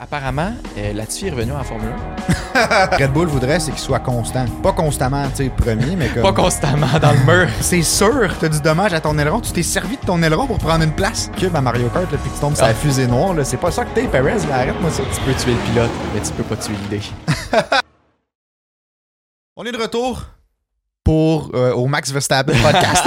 Apparemment, euh, Latifi est revenu en Formule Red Bull voudrait, c'est qu'il soit constant. Pas constamment, tu sais, premier, mais 1. comme. Pas constamment dans le mur. C'est sûr, t'as du dommage à ton aileron. Tu t'es servi de ton aileron pour prendre une place. Cube à Mario Kart, là, puis tu tombes sur Ah. la fusée noire, là. C'est pas ça que t'es, Perez, là. Arrête-moi ça. Tu peux tuer le pilote, mais tu peux pas tuer l'idée. On est de retour pour euh, au Max Verstappen podcast.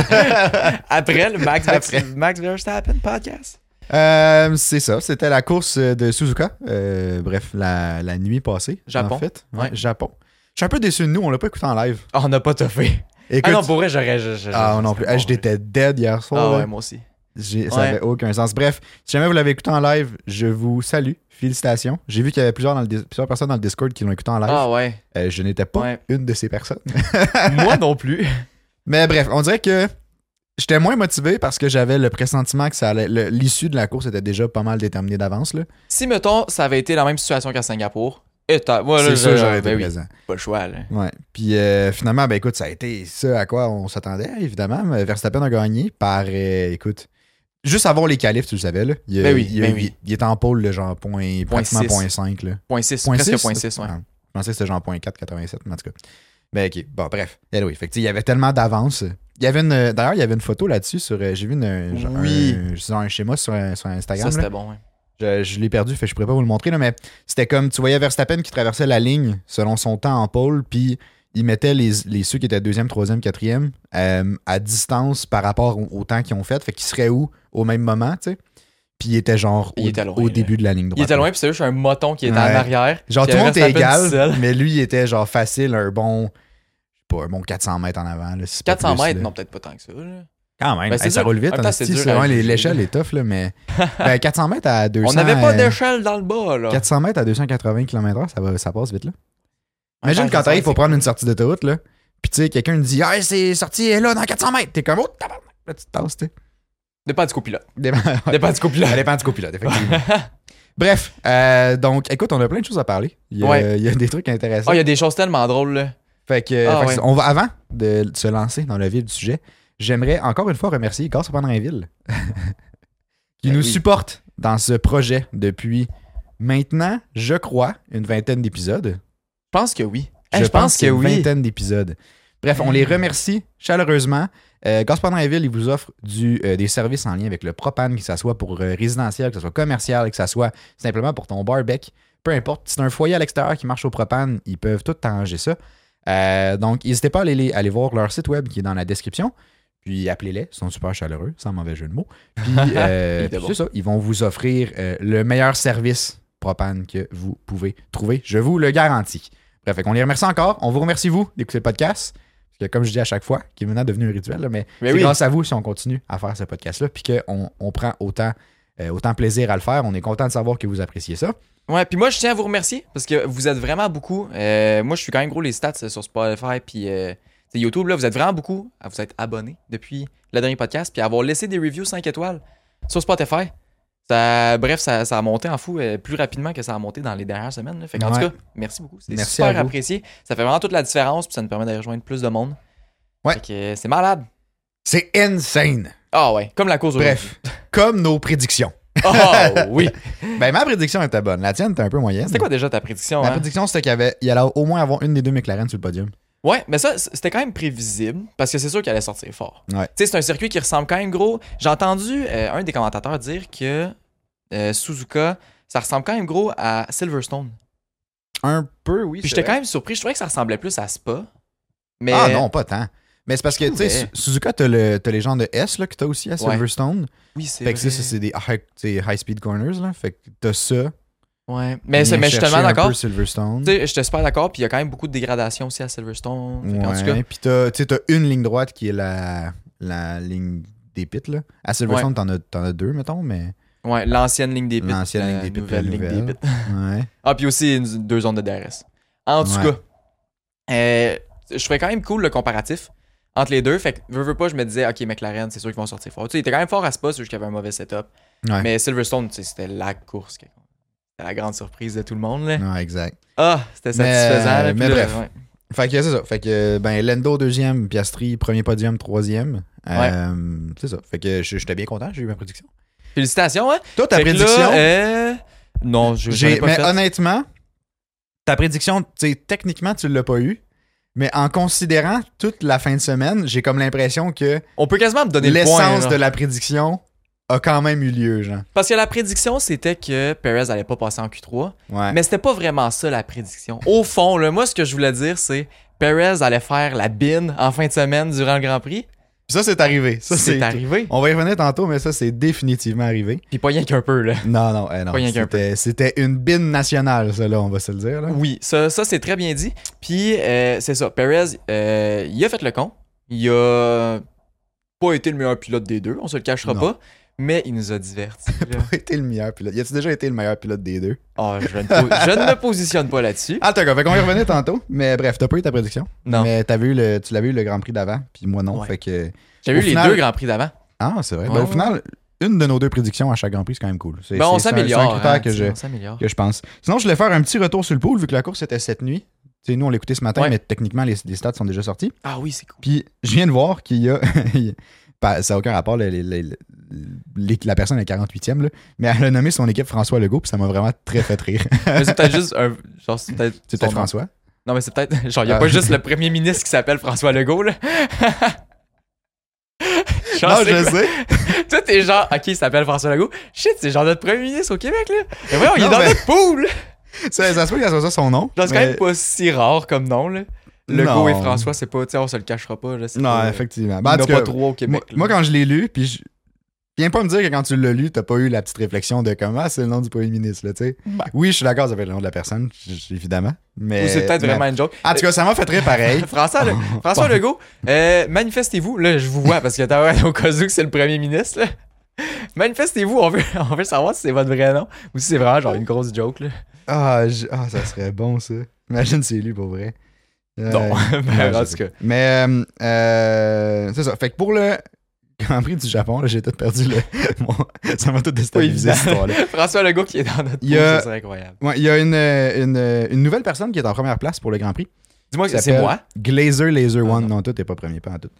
Après le Max, Max, Après. Max Verstappen podcast. Euh, c'est ça, c'était la course de Suzuka. Euh, bref, la, la nuit passée. Japon. En fait. Ouais. Japon. Je suis un peu déçu de nous, on l'a pas écouté en live. Ah, on n'a pas toffé. Écoute, Ah non, pour vrai, j'aurais. je- je- ah, je- non plus. Ah, J'étais dead hier soir. Ah là. ouais, moi aussi. J'ai- Ça Ouais. avait aucun sens. Bref, si jamais vous l'avez écouté en live, je vous salue. Félicitations. J'ai vu qu'il y avait plusieurs, dans le dis- plusieurs personnes dans le Discord qui l'ont écouté en live. Ah ouais. Euh, je n'étais pas Ouais. une de ces personnes. moi non plus. Mais bref, on dirait que j'étais moins motivé parce que j'avais le pressentiment que ça allait- le- l'issue de la course était déjà pas mal déterminée d'avance. là. Si, mettons, ça avait été la même situation qu'à Singapour. Et t'as- moi, là, C'est sûr, je- j'aurais été ben oui, présent. pas le choix, là. Ouais. Puis euh, finalement, ben écoute, ça a été ça à quoi on s'attendait, évidemment. Mais Verstappen a gagné par, euh, écoute, juste avant les qualifs, tu le savais, là. Il, a- Ben oui, il, a- ben oui. il est en pôle, le genre, point, pratiquement six. point 5, là. Point 6, Point presque six, point 6, ouais. Ah, Je pensais que c'était genre point 4, 87, mais en tout cas. Ben ok, bon, bref. Anyway, fait que, tu sais, il y avait tellement d'avance. Il y avait une, euh, d'ailleurs, il y avait une photo là-dessus sur, euh, j'ai vu une, genre, Oui. un, sur un schéma sur, euh, sur Instagram. Ça, là. c'était bon, ouais. Je, je l'ai perdu, fait que je pourrais pas vous le montrer, là, mais c'était comme tu voyais Verstappen qui traversait la ligne selon son temps en pôle, puis il mettait les, les ceux qui étaient deuxième, troisième, quatrième euh, à distance par rapport au, au temps qu'ils ont fait, fait qu'ils seraient où au même moment, tu sais. Puis il était genre Il au, était loin, au là. début de la ligne droite. Il était loin, puis c'est juste un moton qui était en Ouais. arrière. Genre puis tout le monde était Verstappen tout égal, seul. mais lui il était genre facile, un bon, je sais pas, un bon 400 mètres en avant. là, si c'est pas 400 plus, mètres, là. non, peut-être pas tant que ça. là. Quand même, Ben, Hey, c'est ça dur. roule vite, En même en temps, c'est esti, dur c'est à ouais, juger. l'échelle est tough, là, mais ben, 400 mètres à 200 On n'avait pas euh, d'échelle dans le bas, là. 400 mètres à 280 km/h, ça, va- ça passe vite, là. Imagine Ouais, quand t'arrives, il faut c'est prendre une sortie d'autoroute, là. Puis, tu sais, quelqu'un dit, hey, c'est sorti, elle est là, dans 400 mètres. T'es comme, oh, tabarnak. Là, tu te tasses, tu sais. Dépend du copilote. Dépend- Dépend du Ça copilote. dépend du copilote, effectivement. Bref, euh, donc, écoute, on a plein de choses à parler. Il y a, Ouais. il y a des trucs intéressants. Oh, il y a des choses tellement drôles, là. Fait que, Ah, fait que ouais. c'est- on va, avant de se lancer dans le vif du sujet, j'aimerais encore une fois remercier Gaz Ville qui Ben oui. nous supporte dans ce projet depuis maintenant, je crois, une vingtaine Eh, d'épisodes. Je pense que oui. Je, Hey, pense, qu'il y a une oui. Hmm. vingtaine d'épisodes. Bref, on les remercie chaleureusement. Euh, Gaspard Drainville, il vous offre du, euh, des services en lien avec le propane, que ce soit pour euh, résidentiel, que ce soit commercial, que ce soit simplement pour ton barbecue. Peu importe, si c'est un foyer à l'extérieur qui marche au propane, ils peuvent tout arranger ça. Euh, donc, n'hésitez pas à aller, les- aller voir leur site web qui est dans la description. Puis appelez-les, ils sont super chaleureux, sans mauvais jeu de mots. Puis, euh, Il était puis bon. c'est ça, ils vont vous offrir euh, le meilleur service propane que vous pouvez trouver. Je vous le garantis. Bref, fait qu'on les remercie encore. On vous remercie, vous, d'écouter le podcast. Parce que, comme je dis à chaque fois, qui est maintenant devenu un rituel, là, mais Mais c'est Ben oui. grâce à vous si on continue à faire ce podcast-là, puis qu'on on prend autant, euh, autant plaisir à le faire. On est content de savoir que vous appréciez ça. Ouais, puis moi, je tiens à vous remercier parce que vous êtes vraiment beaucoup. Euh, moi, je suis quand même gros les stats euh, sur Spotify puis euh, t'sais, YouTube. Là, vous êtes vraiment beaucoup à vous être abonnés depuis le dernier podcast puis à avoir laissé des reviews 5 étoiles sur Spotify. Ça, bref, ça, ça a monté en fou euh, plus rapidement que ça a monté dans les dernières semaines. là. Fait en Ouais. tout cas, merci beaucoup. C'est Merci super à vous. apprécié. Ça fait vraiment toute la différence puis ça nous permet de rejoindre plus de monde. Ouais. Fait que, euh, c'est malade. C'est insane. Ah ouais, comme la cause Bref, comme nos prédictions. aujourd'hui. Oh oui. Ben, ma prédiction était bonne. La tienne était un peu moyenne. C'était quoi déjà ta prédiction? Ma hein? prédiction, c'était qu'il y avait, il y allait au moins avoir une des deux McLaren sur le podium. Ouais, mais ça, c- c'était quand même prévisible parce que c'est sûr qu'elle allait sortir fort. Ouais. Tu sais, c'est un circuit qui ressemble quand même gros. J'ai entendu euh, un des commentateurs dire que euh, Suzuka, ça ressemble quand même gros à Silverstone. Un peu, oui. Puis c'est j'étais vrai. quand même surpris. Je trouvais que ça ressemblait plus à Spa. Mais Ah non, pas tant. Mais c'est parce que, Je tu sais, Su- trouvais. Suzuka, t'as le- t'as les gens de S là, que t'as aussi à Ouais. Silverstone. oui, c'est. Fait que ça, vrai. ça, c'est des high, tu sais, high speed corners. Là. Fait que t'as ça. Ouais. Mais, c'est- Viens mais je suis chercher tellement un d'accord. peu Tu Silverstone. sais, je te super d'accord. Puis il y a quand même beaucoup de dégradation aussi à Silverstone. Fait que, En tout cas, Ouais. Puis t'as, tu sais, t'as une ligne droite qui est la, la ligne des pits. Là. À Silverstone, t'en, as, t'en as deux, mettons, mais. ouais, l'ancienne ligne des pits. L'ancienne la ligne des pits, nouvelle la ligne nouvelle. des pits. Ouais. Ah, puis aussi une- deux zones de DRS. En tout Ouais. cas, euh, je trouvais quand même cool le comparatif entre les deux. Fait que, veux, veux pas, je me disais, OK, McLaren, c'est sûr qu'ils vont sortir fort. Tu sais, il était quand même fort à Spa, c'est juste qu'il y avait un mauvais setup. Ouais. Mais Silverstone, tu sais, c'était la course. que- C'était la grande surprise de tout le monde. là. ouais, exact. Ah, c'était Mais, satisfaisant. là, puis mais là, bref. ouais. Fait que c'est ça. Fait que ben Lendo deuxième, Piastri premier podium, troisième. Euh, C'est ça. Fait que je- j'étais bien content, j'ai eu ma prédiction. Félicitations, hein? Toi, ta Fait que là, prédiction, euh, Non, je j'en ai J'ai- pas mais fait. honnêtement, ta prédiction, tu sais, techniquement, tu l'as pas eu. Mais en considérant toute la fin de semaine, j'ai comme l'impression que On peut quasiment me donner le point. l'essence là. de la prédiction a quand même eu lieu, genre. Parce que la prédiction, c'était que Perez allait pas passer en Q3. Ouais. Mais c'était pas vraiment ça la prédiction. Au fond, là, moi, ce que je voulais dire, c'est Perez allait faire la bine en fin de semaine durant le Grand Prix. Ça, c'est arrivé. Ça, c'est c'est arrivé. On va y revenir tantôt, mais ça, c'est définitivement arrivé. Puis pas rien qu'un peu, là. Non, non, eh non. Pas rien qu'un C'était, c'était une bine nationale, ça, là, on va se le dire. Là. Oui, ça, ça c'est très bien dit. Puis euh, c'est ça, Perez, euh, il a fait le con. Il a pas été le meilleur pilote des deux, on se le cachera Non. pas. Mais il nous a divertis. là. Il a été le meilleur pilote. Y a-tu déjà été le meilleur pilote des deux? Ah, je, ne po- je ne me positionne pas là-dessus. Ah, t'as fait qu'on va y revenir tantôt. Mais bref, t'as pas eu ta prédiction. Non. Mais t'as vu le, tu l'avais eu le Grand Prix d'avant, puis moi non. Ouais. Fait que. J'ai au eu les final- deux grands prix d'avant. Ah, c'est vrai. Ouais, Ben, au ouais. final, une de nos deux prédictions à chaque Grand Prix, c'est quand même cool. C'est, Ben, on c'est- c'est un- C'est un s'améliore. critère hein, que, tu sais, je, On s'améliore. que je pense. Sinon, je voulais faire un petit retour sur le pool, vu que la course était cette nuit. Tu sais, nous, on l'écoutait ce matin, Ouais. mais techniquement, les, les stats sont déjà sortis. Ah oui, c'est cool. Puis je viens de voir qu'il y a. pas- ça n'a aucun rapport, les- les- les- les- la personne est 48e, là, mais elle a nommé son équipe François Legault, puis ça m'a vraiment très fait rire. Mais c'est peut-être juste un. Genre, c'est peut-être. C'est peut-être son nom. François. Non, mais c'est peut-être. Genre, il n'y a Ah. pas juste le premier ministre qui s'appelle François Legault, là. Genre, Non, c'est je quoi? sais. Toi, t'es genre, ok, il s'appelle François Legault. Shit, c'est genre notre premier ministre au Québec, là. Mais voyons, il est Non, dans mais- notre pool. Ça, ça se peut que ça soit ça son nom. Genre, c'est quand mais- même pas si rare comme nom, là. Legault Non. et François, c'est pas, tu sais, on se le cachera pas, là. c'est Non, pas- effectivement. Il Ben, en n'y en a tout cas, pas trois au moi, Québec. là. moi, quand je l'ai lu, puis je. Viens pas me dire que quand tu l'as lu, t'as pas eu la petite réflexion de comment ah, c'est le nom du premier ministre, là, tu sais. Ben. Oui, je suis d'accord, ça peut être le nom de la personne, j- j- évidemment. Mais. Ou c'est peut-être mais- vraiment une joke. En tout cas, ça m'a fait rire pareil. François, le- François Legault, euh, manifestez-vous. Là, je vous vois parce que t'as au cas où que c'est le premier ministre. là. Manifestez-vous, on veut, on veut savoir si c'est votre vrai nom ou si c'est vraiment genre une grosse joke. Là. Ah, j- ah, ça serait bon, ça. Imagine, c'est lui pour vrai. Euh, Non, Ouais, mais en je tout sais. cas. Mais euh, euh, c'est ça. Fait que pour le Grand Prix du Japon, là, j'ai tout perdu le. mon- ça m'a tout déstabilisé Pas évident. cette histoire-là. François Legault qui est dans notre Il y pool, a- ça serait incroyable. Ouais, Il y a une, euh, une, euh, une nouvelle personne qui est en première place pour le Grand Prix. Dis-moi qui que c'est s'appelle moi, Glazer Laser Ah, One. non. non. toi, t'es pas premier, pas en tout.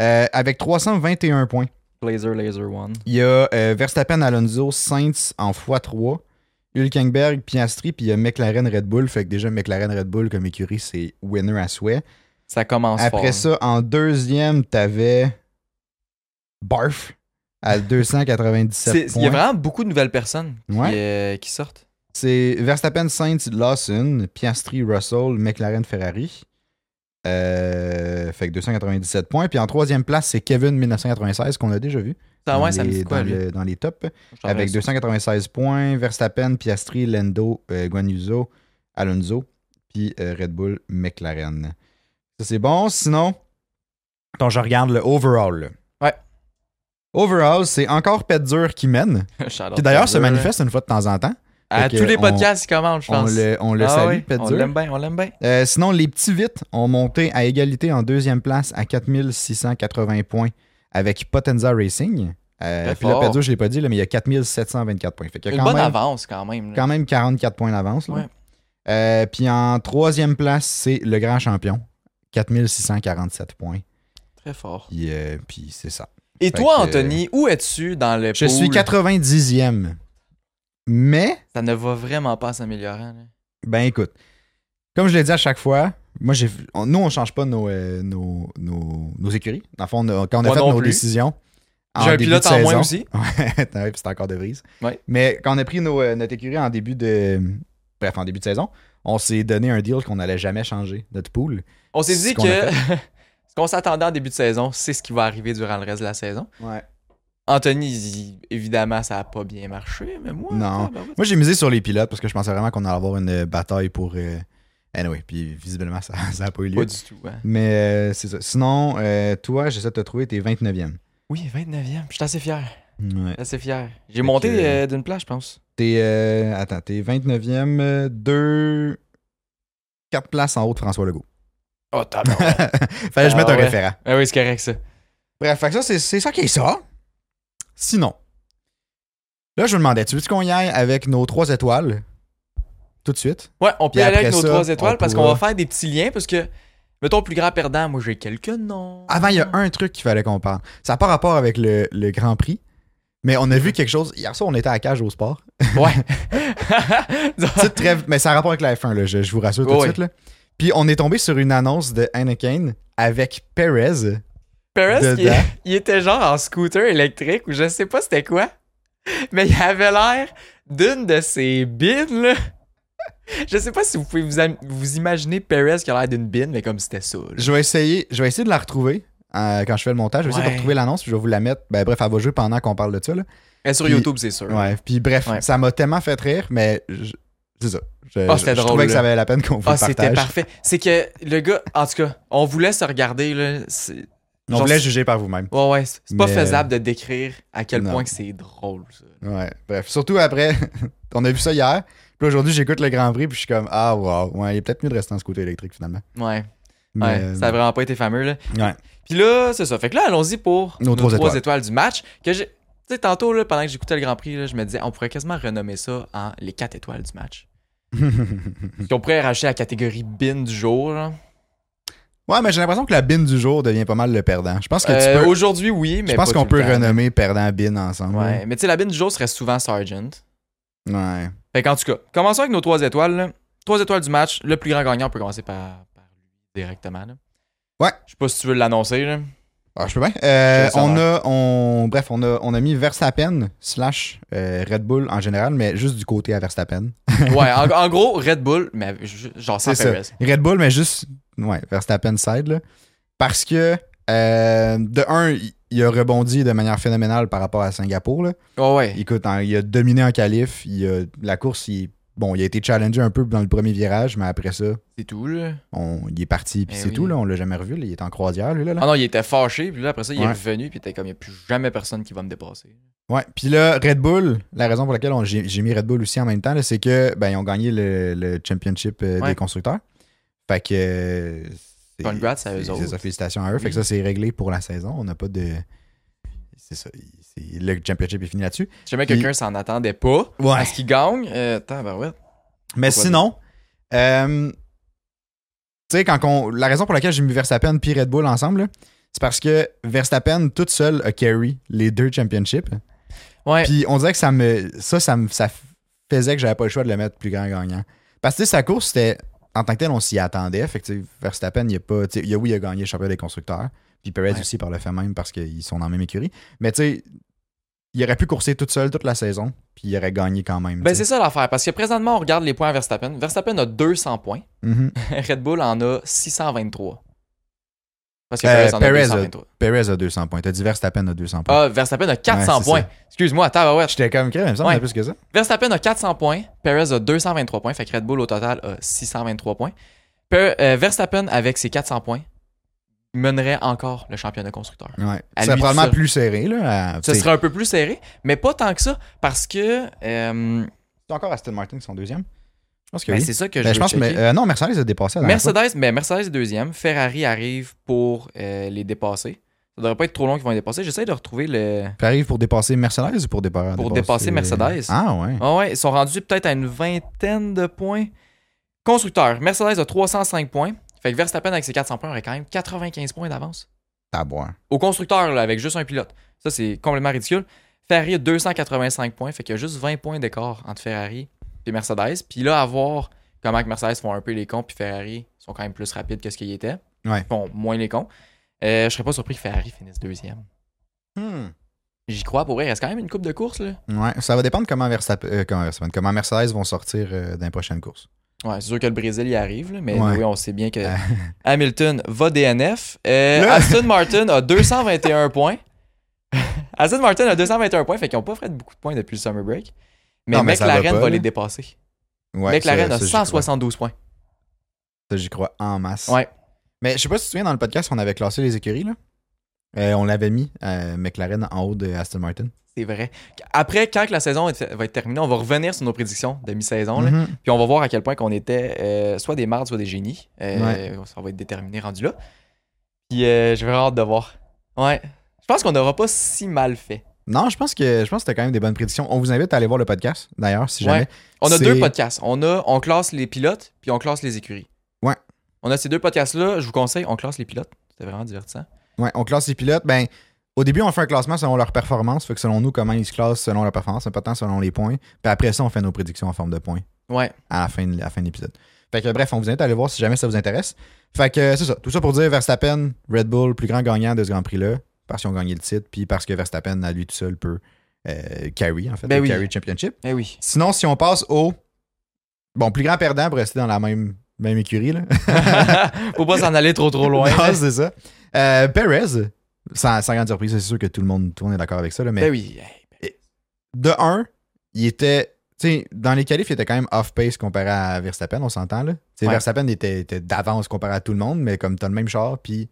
Euh, avec 321 points. Laser Laser One. Il y a euh, Verstappen, Alonso, Sainz en x3, Hülkenberg, Piastri, puis il y a McLaren, Red Bull. Fait que déjà, McLaren, Red Bull comme écurie, c'est winner à souhait. Ça commence Après fort. ça, en deuxième, t'avais Barf à 297 C'est- Il y a points. vraiment beaucoup de nouvelles personnes qui, Ouais. euh, qui sortent. C'est Verstappen, Sainz, Lawson, Piastri, Russell, McLaren, Ferrari. Euh, fait que 297 points. Puis en troisième place, c'est Kevin 1996 qu'on a déjà vu Ah dans, ouais, ça me les, dit quoi, dans lui? le- dans les tops. Genre, avec euh, 296 points, Verstappen, Piastri, Lendo, euh, Guanuso, Alonso, puis euh, Red Bull, McLaren. Ça, c'est bon. Sinon, attends, je regarde le overall. là. Ouais. Overall, c'est encore Pet Dur qui mène, Shout-out qui d'ailleurs se Laser, là. manifeste une fois de temps en temps. À Fait que tous les on- podcasts, il commande, je On pense. le, on le Ah salue, ouais, Pet on Dur. l'aime bien, on l'aime bien. Euh, sinon, les petits vites ont monté à égalité en deuxième place à 4680 points avec Potenza Racing. Euh, Très puis là, fort. Pet Dur, je l'ai pas dit, là, mais il y a 4724 points. Fait qu'il y a Une quand bonne même- avance quand même. là. quand même 44 points d'avance. là. Ouais. Euh, puis en troisième place, c'est le grand champion. 4647 points. Très fort. Puis, euh, puis c'est ça. Et toi, que- Anthony, où es-tu dans le Je pool? suis 90e. Mais, Ça ne va vraiment pas en s'améliorant. là. ben écoute, comme je l'ai dit à chaque fois, moi, j'ai, on- nous, on change pas nos, euh, nos, nos- nos écuries. Dans le fond, on a- quand on a Moi fait non nos plus. décisions. en J'ai un début pilote de en moins saison- aussi. Ouais, t'as- ouais, puis c'est encore de brise. Ouais. Mais quand on a pris nos, euh, notre écurie en début de. Bref, en début de saison, on s'est donné un deal qu'on n'allait jamais changer, notre pool. On s'est C'est dit ce qu'on que ce qu'on s'attendait en début de saison, c'est ce qui va arriver durant le reste de la saison. Ouais. Anthony, il- évidemment, ça a pas bien marché, mais moi. Non. ah, ben oui. Moi, j'ai misé sur les pilotes parce que je pensais vraiment qu'on allait avoir une euh, bataille pour. euh, Anyway, puis visiblement, ça n'a pas eu lieu. Pas du tout. hein. Mais euh, c'est ça. Sinon, euh, toi, j'essaie de te trouver, t'es 29e. Oui, 29e. Je suis assez fier. Ouais. Je suis assez fier. J'ai que- monté euh, d'une place, je pense. T'es. euh, attends, t'es 29e, euh, deux. Quatre places en haut de François Legault. Ah, Oh, t'as bien. Fallait que je Ah mette un ouais. référent. Ah oui, c'est correct, ça. Bref, fait que ça, c'est, c'est ça qui est ça. Sinon, là, je me demandais, tu veux qu'on y aille avec nos trois étoiles tout de suite? Ouais, on peut Puis y aller après avec nos ça, trois on étoiles parce qu'on pourra- va faire des petits liens parce que, mettons, plus grand perdant, moi j'ai quelques noms. Avant, il y a un truc qu'il fallait qu'on parle. Ça n'a pas rapport avec le, le Grand Prix, mais on a vu quelque chose. Hier soir, on était à la cage au sport. Ouais. Petite trêve, mais ça a rapport avec la F1, là, je, je vous rassure tout de Oui. suite. Là. Puis on est tombé sur une annonce de Anakin avec Perez. Perez, qui- Dedans. il était genre en scooter électrique ou je sais pas c'était quoi, mais il avait l'air d'une de ces bines, là. Je sais pas si vous pouvez vous, am- vous imaginer Perez qui a l'air d'une bine, mais comme c'était ça. là. Je vais essayer, je vais essayer de la retrouver euh, quand je fais le montage. Je vais essayer Ouais. de retrouver l'annonce, puis je vais vous la mettre. Ben, bref, elle va jouer pendant qu'on parle de ça. Là. Et sur Puis- YouTube, c'est sûr. Ouais. Puis bref, Ouais. ça m'a tellement fait rire, mais je- c'est ça. Je, Ah, je- c'était je drôle, trouvais que là. ça valait la peine qu'on vous Ah, le c'était partage. parfait. C'est que le gars, en tout cas, on voulait se regarder, là. c'est- On Genre, voulait c'est- juger par vous-même. Ouais, ouais, c'est pas Mais- faisable de décrire à quel Non. point que c'est drôle, ça. Ouais, bref. Surtout après, on a vu ça hier. Puis là, aujourd'hui, j'écoute le Grand Prix, puis je suis comme, ah, wow, ouais, il est peut-être mieux de rester dans ce côté électrique finalement. Ouais, Mais- euh, ouais, ça a vraiment pas été fameux, là. ouais. Puis là, c'est ça. Fait que là, allons-y pour Nos trois étoiles. du match. Que j'ai... Tu sais, tantôt, là, pendant que j'écoutais le Grand Prix, là, je me disais, on pourrait quasiment renommer ça en les quatre étoiles du match. Hmm. Puis on pourrait racheter la catégorie bin du jour. là. Ouais, mais j'ai l'impression que la bin du jour devient pas mal le perdant. Je pense que Euh, tu peux. Aujourd'hui, oui, mais. Je pense pas qu'on tout peut le temps. renommer perdant bin ensemble. Ouais, mais tu sais, la bin du jour serait souvent Sargent. Ouais. Fait qu'en tout cas, commençons avec nos trois étoiles. là. Trois étoiles du match. Le plus grand gagnant, on peut commencer par, par lui directement. là. Ouais. Je sais pas si tu veux l'annoncer. là. Ah, je peux bien. Euh, Je le sens on mal. a, on, bref, on a, on a mis Verstappen slash euh, Red Bull en général, mais juste du côté à Verstappen. Ouais, en, en gros, Red Bull, mais j- genre sans C'est ça. Perez. Red Bull, mais juste, ouais, Verstappen side, là. Parce que, euh, de un, il- il a rebondi de manière phénoménale par rapport à Singapour, là. Ouais, ouais. Écoute, en- il a dominé en qualif. Il a- la course, il, bon, il a été challengé un peu dans le premier virage, mais après ça, C'est tout, là. on, il est parti, puis Eh c'est oui. tout. Là, on l'a jamais revu. là. il est en croisière, lui. Là, là. Ah non, il était fâché, puis là, après ça, il Ouais. est revenu, puis il était comme, il n'y a plus jamais personne qui va me dépasser. Ouais. Puis là, Red Bull, la raison pour laquelle on- j'ai j'ai mis Red Bull aussi en même temps, là, c'est que ben, ils ont gagné le, le championship euh, Ouais. des constructeurs. Fait que. euh, c'est- Congrats à eux c'est- autres. C'est ça, félicitations à eux. Fait que ça, c'est réglé pour la saison. On n'a pas de. C'est ça. il- c'est- Le championship est fini là-dessus. Si jamais Puis- quelqu'un s'en attendait pas Ouais. à ce qu'il gagne, euh, attends, ben ouais. Mais Pourquoi sinon, euh, tu sais, quand qu'on- la raison pour laquelle j'ai mis Verstappen puis Red Bull ensemble, là, c'est parce que Verstappen toute seule a carry les deux championships. Ouais, Puis on dirait que ça me, ça, ça me, ça faisait que j'avais pas le choix de le mettre plus grand gagnant. Parce que tu sais, sa course, c'était en tant que tel, on s'y attendait. Fait que tu sais, Verstappen, il a pas, tu sais, il a, oui, il a gagné le championnat des constructeurs. Puis Perez Ouais. aussi par le fait même parce qu'ils sont dans la même écurie. Mais tu sais, il aurait pu courser toute seule toute la saison, puis il aurait gagné quand même. ben tu sais. c'est ça l'affaire, parce que présentement, on regarde les points à Verstappen. Verstappen a 200 points, Mhm. Red Bull en a 623. Parce que Euh, Perez en a Perez a- 223. Perez a 200 points. T'as dit Verstappen a 200 points. Ah, Verstappen a 400 Ouais, c'est points. ça. Excuse-moi, attends, ben ouais. J'étais comme crème, il me semble Ouais. qu'il y a plus que ça. Verstappen a 400 points, Perez a 223 points, fait que Red Bull au total a 623 points. Per- euh, Verstappen, avec ses 400 points, mènerait encore le championnat constructeur. Ouais. À C'est lui probablement tout seul. plus serré. Là, à- Ce t'sais, serait un peu plus serré, mais pas tant que ça, parce que. euh, C'est encore Aston Martin qui sont deuxième. Je pense que ben, oui. c'est ça que Ben, je, je pense mais, mais, euh, non, Mercedes a dépassé. la dernière fois. Mercedes, mais Mercedes est deuxième. Ferrari arrive pour euh, les dépasser. Ça devrait pas être trop long qu'ils vont les dépasser. J'essaie de retrouver le. Tu arrives pour dépasser Mercedes ou pour dépasser Pour dépasser Mercedes. Ah ouais. Ah ouais, ils sont rendus peut-être à une vingtaine de points. Constructeur, Mercedes a 305 points. Fait que Verstappen avec ses 400 points aurait quand même 95 points d'avance. Ah. T'as à boire. au constructeur là, avec juste un pilote. Ça, c'est complètement ridicule. Ferrari a 285 points, fait qu'il y a juste 20 points d'écart entre Ferrari et Mercedes. Puis là, à voir comment que Mercedes font un peu les cons, puis Ferrari sont quand même plus rapides que ce qu'ils étaient. Ouais. Ils font moins les cons. Euh, je serais pas surpris que Ferrari finisse deuxième. J'y crois pour vrai. Il reste quand même une coupe de course, là. Hmm. Ouais, ça va dépendre comment, Verstappen- euh, comment, Verstappen- comment Mercedes vont sortir euh, dans les prochaines courses. Ouais, c'est sûr que le Brésil y arrive, là, mais Ouais. oui, on sait bien que Euh. Hamilton va DNF. Euh, Là- Aston Martin a 221 points. Aston Martin a 221 points, fait qu'ils n'ont pas fait beaucoup de points depuis le summer break. Mais Non, mais ça McLaren va va, pas, les là. dépasser. Ouais, McLaren ça- a ça, j'y crois. 172 points. Ça, j'y crois en masse. Ouais. Mais je sais pas si tu te souviens, dans le podcast, on avait classé les écuries. là. Euh, on l'avait mis, euh, McLaren, en haut de Aston Martin. C'est vrai. Après, quand que la saison est- va être terminée, on va revenir sur nos prédictions de mi-saison. là. Mhm. Puis on va voir à quel point qu'on était euh, soit des mardes, soit des génies. Euh, Ça va être déterminé rendu là. Puis euh, j'ai vraiment hâte de voir. Ouais. Je pense qu'on n'aura pas si mal fait. Non, je pense que je pense que t'as quand même des bonnes prédictions. On vous invite à aller voir le podcast, d'ailleurs, si jamais. Ouais. On a C'est- deux podcasts. On a on classe les pilotes puis on classe les écuries. Ouais. On a ces deux podcasts là, je vous conseille, on classe les pilotes, c'était vraiment divertissant. Ouais, on classe les pilotes. Ben, Au début, on fait un classement selon leur performance. Fait que selon nous, comment ils se classent selon leur performance, un peu tant selon les points. Puis après ça, on fait nos prédictions en forme de points Ouais. à la fin de, à la fin de l'épisode. Fait que bref, on vous invite à aller voir si jamais ça vous intéresse. Fait que euh, c'est ça. Tout ça pour dire Verstappen, Red Bull, plus grand gagnant de ce Grand Prix-là, parce qu'ils ont gagné le titre, puis parce que Verstappen, à lui tout seul, peut euh, carry, en fait, Ben le oui. carry championship. Eh oui. Sinon, si on passe au. Bon, plus grand perdant pour rester dans la même, même écurie, là. Faut pas s'en aller trop trop loin. Non, c'est ça. Euh, Perez, sans, sans grande surprise, c'est sûr que tout le monde, tout le monde est d'accord avec ça, là, mais Ben oui. de un, il était. tu sais, dans les qualifs, il était quand même off-pace comparé à Verstappen, on s'entend. là. Tu sais, Ouais. Verstappen était, était d'avance comparé à tout le monde, mais comme t'as le même char, puis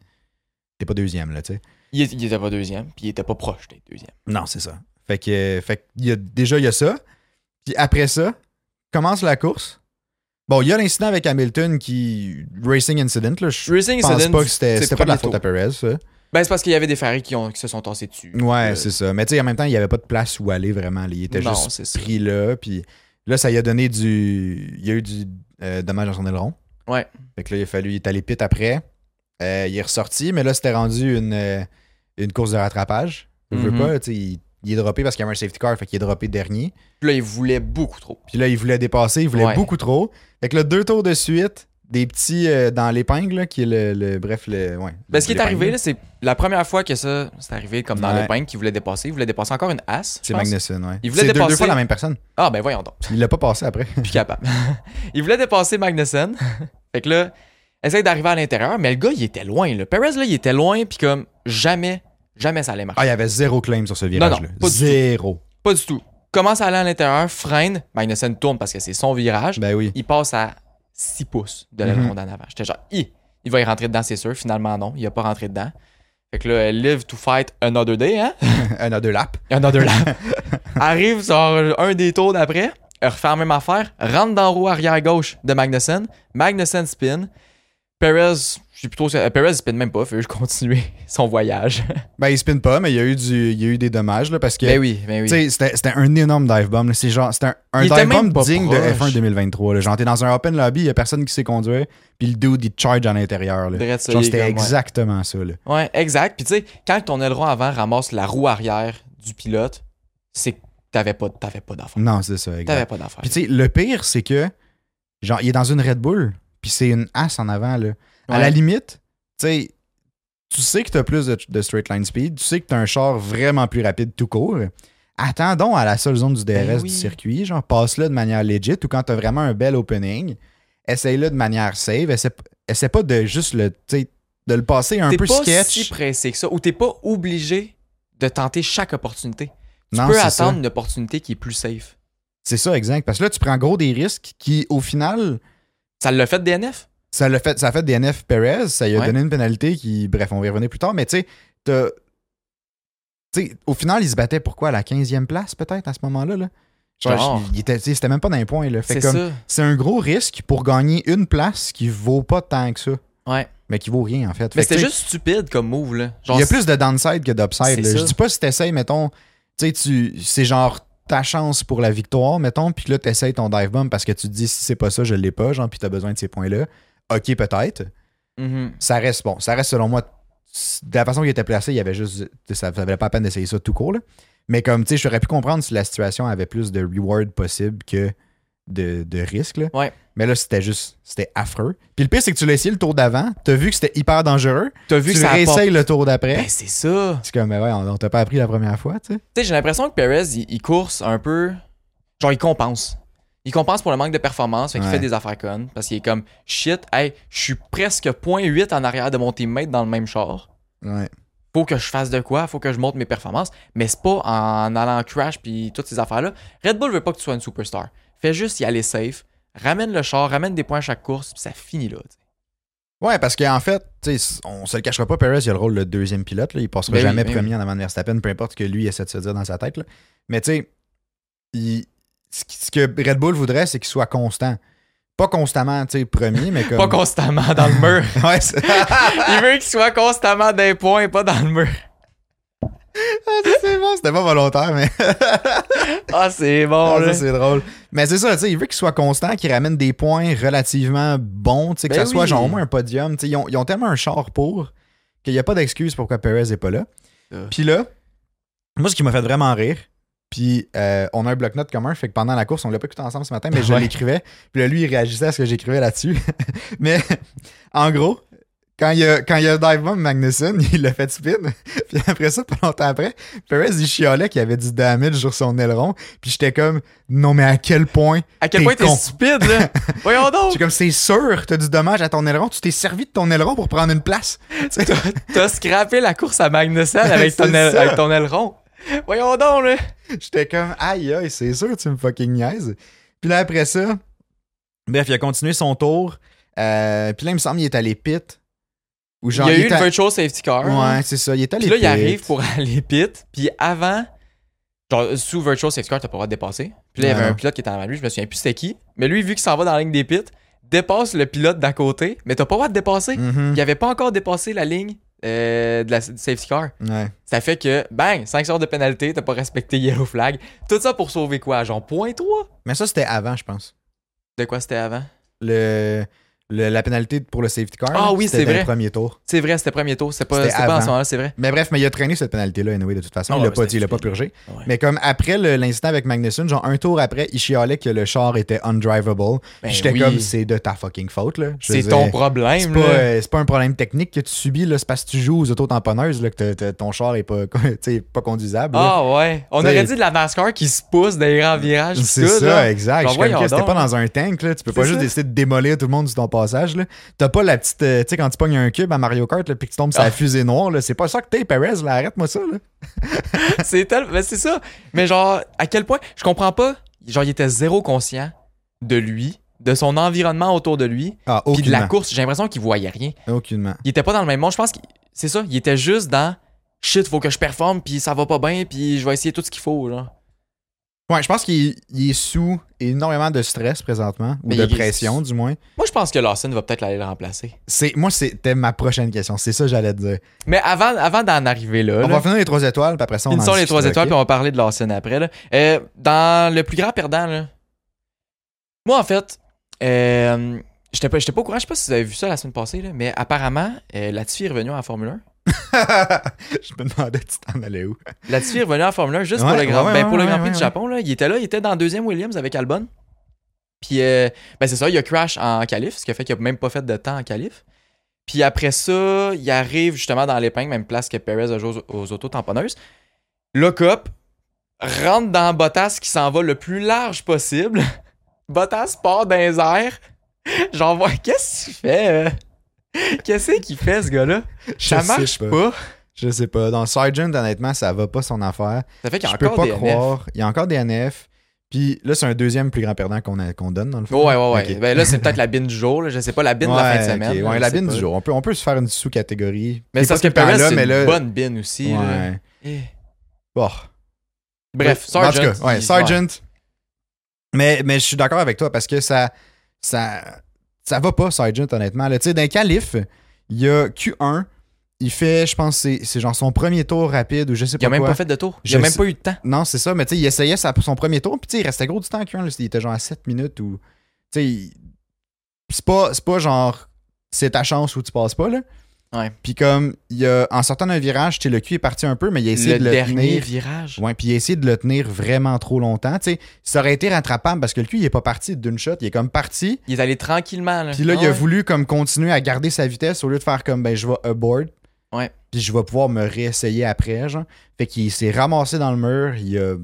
t'es pas deuxième. Là, tu sais. Il, est- il était pas deuxième, puis il était pas proche d'être deuxième. non, c'est ça. Fait que, euh, fait que il y a- déjà, il y a ça. Puis après ça, commence la course. Bon, il y a l'incident avec Hamilton qui. Racing incident, là. Je Racing pense Incident, pas que c'était c'est c'était pas de la premier faute tour. à Perez, ça. Ben, c'est parce qu'il y avait des Ferrari qui, ont, qui se sont tassés dessus. Ouais, Euh, c'est ça. Mais tu sais, en même temps, il n'y avait pas de place où aller vraiment. là. Il était Non, c'est juste ça. pris là. Puis là, ça lui a donné du. Il y a eu du euh, dommage dans son aileron. Ouais. Fait que là, il a fallu. Il est allé pit après. Euh, il est ressorti, mais là, c'était rendu une, euh, une course de rattrapage. Je veux Mhm. pas, tu sais, il, il est droppé parce qu'il y avait un safety car, fait qu'il est droppé dernier. Puis là, il voulait beaucoup trop. Puis là, il voulait dépasser, il voulait Ouais. beaucoup trop. Fait que là, deux tours de suite, des petits euh, dans l'épingle, là, qui est le, le- Bref, le. Ouais, Ben, ce qui est l'épingle, arrivé, là, c'est la première fois que ça, c'est arrivé comme dans Ouais. le qui voulait dépasser. Il voulait dépasser encore une as. je C'est pense. Magnussen, ouais. Il voulait C'est deux- deux dépasser. fois la même personne. Ah, ben voyons donc. Il l'a pas passé après. Plus capable. il voulait dépasser Magnussen. fait que là, essaye d'arriver à l'intérieur, mais le gars, il était loin. Là. Perez, là, il était loin, puis comme jamais, jamais ça allait marcher. Ah, il y avait zéro claim sur ce virage-là. Non, non, pas du Zéro. Pas du tout. Commence à aller à l'intérieur, freine. Magnussen tourne parce que c'est son virage. Ben oui. il passe à 6 pouces de l'aileron d'en avant. J'étais genre, Hi! il va y rentrer dedans, c'est sûr. Finalement, non, il a pas rentré dedans. Fait que là, live to fight another day, hein? Un à deux laps. Another lap. Arrive sur un des tours d'après, refait la même affaire, rentre dans la roue arrière gauche de Magnussen. Magnussen spin. Perez, je suis plutôt. euh, Perez spin même pas, fait juste continuer son voyage. Ben, il spin pas, mais il y a eu, du, il y a eu des dommages, là, parce que. Ben oui, ben tu oui. sais, C'était c'était un énorme dive bomb. là. C'est genre, c'était un, un Il était dive même bomb pas digne de proche. F1 2023. là. Genre, t'es dans un open lobby, il y a personne qui sait conduire, puis le dude, il te charge à l'intérieur. là. Drette ça, Genre, il est c'était comme, ouais. exactement ça. là. Ouais, exact. Puis tu sais, quand ton aileron avant ramasse la roue arrière du pilote, c'est que t'avais pas, t'avais pas d'affaire. Non, c'est ça, exact. T'avais pas d'affaire. Puis, tu sais, le pire, c'est que, genre, il est dans une Red Bull, puis c'est une asse en avant, là. À Ouais. la limite, tu sais, tu sais que t'as plus de, de straight line speed, tu sais que t'as un char vraiment plus rapide tout court. Attendons à la seule zone du DRS Ben oui. du circuit, genre, passe-le de manière legit ou quand t'as vraiment un bel opening, essaye-le de manière save, essaie, essaie pas de juste le, tu sais, de le passer un T'es peu pas sketch. si pressé que ça, ou t'es pas obligé de tenter chaque opportunité. Tu Non, peux c'est attendre ça. une opportunité qui est plus safe. C'est ça, exact. Parce que là, tu prends gros des risques qui, au final, Ça l'a fait DNF? Ça l'a fait, ça a fait DNF Perez, ça lui a Ouais. donné une pénalité qui, bref, on va y revenir plus tard, mais tu sais, t'as- tu sais, au final, il se battait pourquoi à la 15e place peut-être à ce moment-là là. Genre, Genre. il était, tu sais, c'était même pas d'un point là. Fait C'est comme, ça. c'est un gros risque pour gagner une place qui vaut pas tant que ça, Ouais. mais qui vaut rien en fait. Fait Mais que, tu c'était sais, juste stupide comme move, là. il y a plus de downside que d'upside. C'est là. Je ça. dis pas si t'essayes, mettons, tu sais, tu- c'est genre ta chance pour la victoire, mettons, puis que là, t'essayes ton dive bomb parce que tu te dis si c'est pas ça, je l'ai pas, genre, puis t'as besoin de ces points-là. Ok, peut-être Mhm. ça reste bon. Ça reste selon moi. De la façon qu'il était placé, il y avait juste. tu sais, Ça, ça valait pas la peine d'essayer ça tout court. là. Mais comme tu sais, j'aurais pu comprendre si la situation avait plus de reward possible que de, de risque. là. Ouais. Mais là, c'était juste. C'était affreux. Puis le pire, c'est que tu l'as essayé le tour d'avant. T'as vu que c'était hyper dangereux. T'as vu tu que ça apporte- réessayes le tour d'après. Ben, c'est ça. c'est comme, mais ouais, on, on t'a pas appris la première fois, tu sais. Tu sais, j'ai l'impression que Perez, il, il course un peu. Genre, il compense. Il compense pour le manque de performance, fait qu'il Ouais. fait des affaires connes. Parce qu'il est comme, shit, hey, je suis presque 0.8 en arrière de mon teammate dans le même char. Ouais. faut que je fasse de quoi, faut que je monte mes performances, mais c'est pas en allant en crash puis toutes ces affaires-là. Red Bull veut pas que tu sois une superstar. Fais juste y aller safe, ramène le char, ramène des points à chaque course, puis ça finit là. tu sais. Ouais, parce qu'en fait, tu sais, on se le cachera pas, Perez, il a le rôle de deuxième pilote. Là. Il passera Ben oui, jamais ben premier en avant de Verstappen, peu importe ce que lui essaie de se dire dans sa tête. là. Mais tu sais, il- ce qui- ce que Red Bull voudrait, c'est qu'il soit constant. Pas constamment, tu sais, premier, mais comme. Pas constamment dans le mur. Ouais, c'est- Il veut qu'il soit constamment dans les points, pas dans le mur. c'est bon, c'était pas volontaire, mais. Ah, c'est bon, Ah, ça, là. c'est drôle. Mais c'est ça, tu sais, il veut qu'il soit constant, qu'il ramène des points relativement bons, tu sais, que Ben ça soit oui. genre au moins un podium. Tu sais, Ils ont, ils ont tellement un char pour qu'il n'y a pas d'excuse pourquoi Perez n'est pas là. Euh. Puis là, moi, ce qui m'a fait vraiment rire, puis euh, on a un bloc-notes commun, fait que pendant la course, on l'a pas écouté ensemble ce matin, mais je Ouais. l'écrivais. Puis là, lui, il réagissait à ce que j'écrivais là-dessus. mais en gros, quand il a, quand il a dive bomb Magnussen, il l'a fait spin. puis après ça, pas longtemps après, Perez, il chialait qu'il avait du damage sur son aileron. Puis j'étais comme, non, mais à quel point À quel T'es point t'es con. stupide, là? Voyons c'est donc! comme, c'est sûr, t'as du dommage à ton aileron. Tu t'es servi de ton aileron pour prendre une place. Tu sais, T'as scrappé la course à Magnussen avec ton, C'est aile- ça. avec ton aileron. Voyons donc, là! J'étais comme, aïe, aïe, c'est sûr, tu me fucking niaises. Puis là, après ça, bref, il a continué son tour. Euh, puis là, il me semble qu'il est allé pit. Ou genre, il y a eu est le à- virtual safety car. Ouais, c'est ça, il est allé Puis là, pit. il arrive pour aller pit. Puis avant, genre, sous Virtual Safety Car, t'as pas le droit de dépasser. Puis là, il y avait Ouais. un pilote qui était en avant de lui, je me souviens plus c'était qui. Mais lui, vu qu'il s'en va dans la ligne des pits, dépasse le pilote d'à côté, mais t'as pas le droit de dépasser. Mhm, Il avait pas encore dépassé la ligne euh, de la s- safety car. ouais. Ça fait que, bang, 5 heures de pénalité, t'as pas respecté Yellow Flag. Tout ça pour sauver quoi, genre point 3 Mais ça, c'était avant, je pense. De quoi c'était avant Le, le- la pénalité pour le safety car. Ah oui, c'était c'est dans vrai. Le premier tour. C'est vrai, c'était premier tour, c'était pas, C'était c'était pas en avant. ce moment-là, c'est vrai. Mais bref, mais il a traîné cette pénalité-là, anyway, de toute façon. Ah il ouais, l'a pas mais dit, il l'a pas c'était Ah purgé. Ouais. Mais comme après le- l'incident avec Magnussen, genre un tour après, il chialait que le char était undrivable. Ben Puis j'étais oui. comme, c'est de ta fucking faute, là. Je veux C'est dire, ton C'est problème, pas, là. euh, c'est pas un problème technique que tu subis, là. C'est parce que tu joues aux autotamponneuses, là, que t'as- t'as- ton char est pas, tu sais, pas conduisable. là. Ah ouais. On T'sais- aurait dit de la NASCAR qui se pousse dans les grands virages. c'est ça, Ah, là. exact. Genre, Je suis comme, voyons Chris, t'es donc. pas dans un tank, là. Tu peux pas C'est juste ça. décider de démolir tout le monde sur ton passage, là. T'as pas la petite, euh, tu sais, quand tu pognes un cube à Mario Kart, là, puis que tu tombes sur Ah. la fusée noire, là. C'est pas ça que t'es, Perez, là. Arrête-moi ça, là. c'est tel- ben, c'est ça. Mais genre, à quel point, je comprends pas. Genre, il était zéro conscient de lui, de son environnement autour de lui, Ah, puis de la aucunement. course. J'ai l'impression qu'il voyait rien. Aucunement. Il était pas dans le même monde. Je pense que c'est ça. Il était juste dans shit, faut que je performe, puis ça va pas bien, puis je vais essayer tout ce qu'il faut. Genre. Ouais, je pense qu'il il est sous énormément de stress présentement, ou Mais de il est- pression, du moins. Moi, je pense que Lawson va peut-être aller le remplacer. C'est, moi, c'était ma prochaine question. C'est ça que j'allais te dire. Mais avant, avant d'en arriver là, On là, va finir les trois étoiles, puis après ça, on en Finissons les discute, trois étoiles, ok? puis on va parler de Lawson après. là. Euh, dans le plus grand perdant, là, moi, en fait, euh, j'étais pas, j'étais pas au courant, je sais pas si vous avez vu ça la semaine passée, là, mais apparemment, euh, Latifi est revenu en Formule 1. je me demandais tu t'en allais où. Latifi est revenu en Formule 1 juste Ouais, pour le Grand, ouais, ouais, ben, pour le ouais, Grand Prix ouais, du ouais. Japon. Là. Il était là, il était dans le deuxième Williams avec Albon. Puis, euh, ben, c'est ça, il a crash en qualif, ce qui fait qu'il a même pas fait de temps en qualif. Puis après ça, il arrive justement dans l'épingle, même place que Perez a joué aux, aux auto-tamponneuses. Lock-up, rentre dans Bottas qui s'en va le plus large possible. Bottas part dans les airs. J'en vois, qu'est-ce qu'il fait? euh? Qu'est-ce qu'il fait, ce gars-là? Je Ça sais marche pas. Je sais pas. Dans Sergeant, honnêtement, ça va pas son affaire. Ça fait qu'il y a Je peux encore pas des NF. croire. Il y a encore des NF. Puis là, c'est un deuxième plus grand perdant qu'on a- qu'on donne, dans le fond. Ouais, ouais, ouais. Ok. Ben là, c'est peut-être la bine du jour. Là. Je sais pas, la bine de la Ouais, fin de semaine. ok. là, Ouais, je la sais bine pas. du jour. On peut, on peut se faire une sous-catégorie. Mais Il c'est parce que est pas tout Perez, le temps là, c'est mais une là- bonne bine aussi. là. Ouais. Eh. Bon. Bref, Ouais, Sergeant. En tout cas, ouais, il- Sergeant. Mais, mais je suis d'accord avec toi parce que ça, ça, ça va pas, Sergeant, honnêtement. là. Tu sais, d'un calife, il y a Q1, il fait, je pense, c'est c'est genre son premier tour rapide ou je sais Il pas a même quoi. pas fait de tour. Il Je a même sais- pas eu de temps. Non, c'est ça, mais tu sais, il essayait sa- son premier tour, puis tu sais, il restait gros du temps à Q1, là. il était genre à 7 minutes ou. Tu sais, il- c'est pas, c'est pas genre c'est ta chance ou tu passes pas, là. Ouais. Puis comme, il a, en sortant d'un virage, tu sais, le cul est parti un peu, mais il a essayé Le de le dernier tenir. virage. Ouais, puis il a essayé de le tenir vraiment trop longtemps. Tu sais, ça aurait été rattrapable parce que le cul, il est pas parti d'une shot. Il est comme parti. Il est allé tranquillement. Là. Puis là, il Ah Ouais. a voulu comme continuer à garder sa vitesse au lieu de faire comme, ben, je vais aboard. Ouais. Puis je vais pouvoir me réessayer après, genre. Fait qu'il s'est ramassé dans le mur. Il a-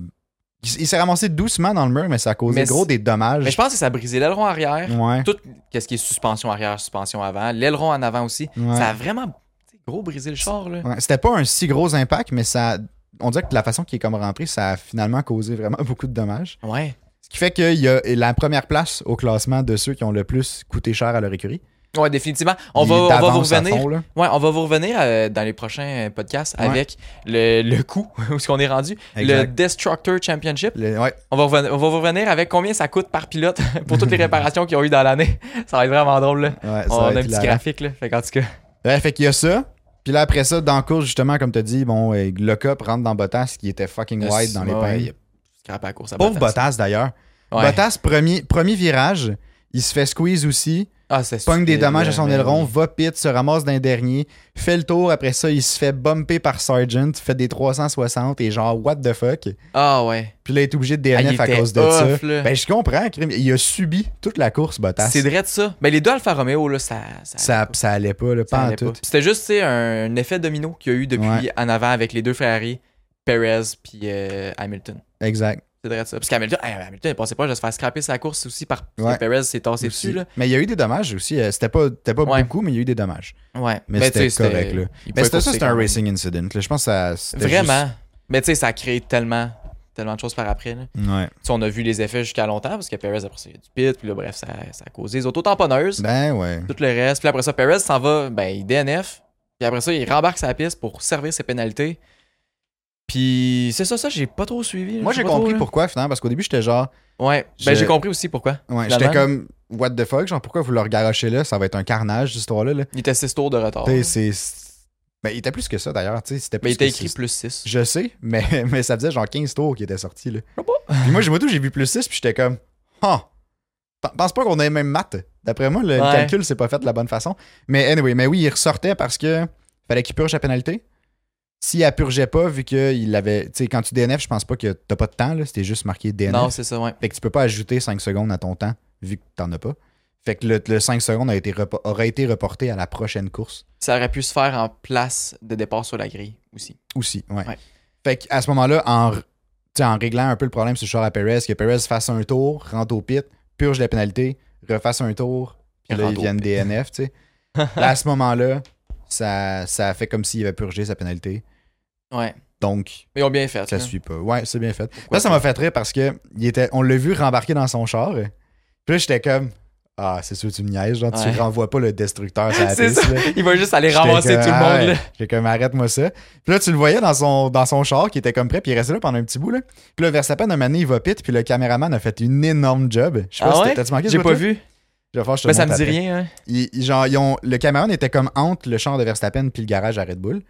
il s- il s'est ramassé doucement dans le mur, mais ça a causé Mais gros c'est- des dommages. Mais je pense que ça a brisé l'aileron arrière. Ouais. Tout qu'est-ce qui est suspension arrière, suspension avant, l'aileron en avant aussi. ouais. Ça a vraiment tu sais, gros brisé le char. Là. Ouais, C'était pas un si gros impact, mais ça. On dirait que de la façon qu'il est comme rentré, ça a finalement causé vraiment beaucoup de dommages. Ouais. Ce qui fait qu'il y a la première place au classement de ceux qui ont le plus coûté cher à leur écurie. Ouais, définitivement. On Il va, on va vous t'avance à revenir. fond, là. Ouais, on va vous revenir euh, dans les prochains euh, podcasts Ouais. avec le, le coup où ce qu'on est rendu. Le Exact. Destructor Championship. Le- ouais. On va, reven- on va vous revenir avec combien ça coûte par pilote pour toutes les réparations qu'ils ont eues dans l'année. Ça va être vraiment drôle. Là. Ouais, ça On a va un être petit hilarant. graphique. Là. Fait qu'en tout cas, Ouais, fait qu'il y a ça. Puis là, après ça, dans le cours, justement, comme tu dit, bon, euh, le cop rentre dans Bottas qui était fucking wide dans les Ouais, pins. il a scrappé la course à Pauvre Bottas. Bottas d'ailleurs. Ouais. Bottas, premier, premier virage, il se fait squeeze aussi. Ah, c'est pogne des stupide, dommages à son mais aileron, oui. va pit, se ramasse d'un dernier, fait le tour, après ça, il se fait bumper par Sergeant, fait des 360 et genre, what the fuck. Ah, ouais. Puis là, il est obligé de Ah, il DNF à était cause de off, ça. là. Ben, je comprends, crime. il a subi toute la course, Bottas. Euh. C'est vrai de ça. Mais les deux Alfa Romeo, là, ça. Ça, Ça, ça allait pas, là, ça pas en allait tout. pas. C'était juste, tu sais, un effet domino qu'il y a eu depuis Ouais. en avant avec les deux Ferrari, Perez puis euh, Hamilton. Exact. C'est vrai de ça. Parce qu'Hamilton, hey, Hamilton, il pensait pas de se faire scraper sa course aussi par parce que Ouais. Perez s'est tassé Aussi. dessus, là. Mais il y a eu des dommages aussi. euh, C'était pas, c'était pas Ouais. beaucoup, mais il y a eu des dommages. Ouais. Mais Ben, c'était tu sais, correct, là. il Mais pouvait c'était ça, courser c'était un quand même. racing incident. là. Je pense que ça. c'était Vraiment. Mais tu sais, ça a créé tellement, tellement de choses par après, là. juste- Ouais. Tu sais, on a vu les effets jusqu'à longtemps parce que Perez après ça il y a du pit puis là bref ça, ça a causé les auto-tamponneuses Ben ouais. tout le reste puis après ça Perez s'en va ben il DNF puis après ça il rembarque sa piste pour servir ses pénalités puis c'est ça ça j'ai pas trop suivi là. Moi, Je j'ai sais pas compris trop, là. pourquoi, finalement, parce qu'au début, j'étais genre. ouais ben Je- j'ai compris aussi pourquoi Ouais, Finalement. j'étais comme, what the fuck, genre, pourquoi vous le regarochez là Ça va être un carnage, cette histoire-là. Là. il était 6 tours de retard Tu sais, là. c'est. c'est- Ben, il était plus que ça, d'ailleurs. tu sais, C'était plus mais il était que écrit six- plus 6 Je sais, mais, mais ça faisait genre 15 tours qui était sorti. Là. sais pas. Puis moi, j'ai moi, tout, j'ai vu plus 6, puis j'étais comme, ah, pense pas qu'on ait même maths. D'après moi, le, le Ouais. calcul, c'est pas fait de la bonne façon. Mais anyway, mais oui, il ressortait parce que fallait qu'il purge la pénalité. S'il la purgeait pas, vu qu'il avait. Tu sais, quand tu DNF, je pense pas que t'as pas de temps, là. C'était juste marqué DNF. non c'est ça ouais Fait que tu peux pas ajouter 5 secondes à ton temps, vu que t'en as pas. Fait que le, 5 secondes a été repo- aurait été reporté à la prochaine course ça aurait pu se faire en place de départ sur la grille aussi aussi. Ouais. Ouais. Fait qu'à ce moment-là, en, r- tu sais, en réglant un peu le problème sur Charles à Perez, que Perez fasse un tour, rentre au pit, purge la pénalité, refasse un tour, Il puis là, rentre ils au viennent pit. DNF, tu sais. Là, à ce moment-là, ça, ça a fait comme s'il avait purgé sa pénalité. ouais Donc, mais ils ont bien fait ça là. suit pas. Ouais, c'est bien fait. Pourquoi Là, ça pas? m'a fait rire parce que il était, on l'a vu rembarquer dans son char. euh, Puis là, j'étais comme Ah, c'est sûr, tu me niaises. Genre, Ouais. tu renvoies pas le destructeur sur la C'est piste. ça. là. il va juste aller J'étais ramasser comme, tout le Ah monde ouais. là. J'étais comme arrête-moi ça. Puis là, tu le voyais dans son, dans son char qui était comme prêt, puis il restait là pendant un petit bout. Là. Puis là, Verstappen, un moment donné, il va pit, puis le caméraman a fait une énorme job. Je sais pas Ah si ouais? t'as- t'as-tu manqué ce j'ai pas bout-là? vu Je vais faire, je te mais ça montre me dit après. rien hein. Ils- ils- genre, ils ont- le caméraman était comme entre le champ de Verstappen puis le garage à Red Bull.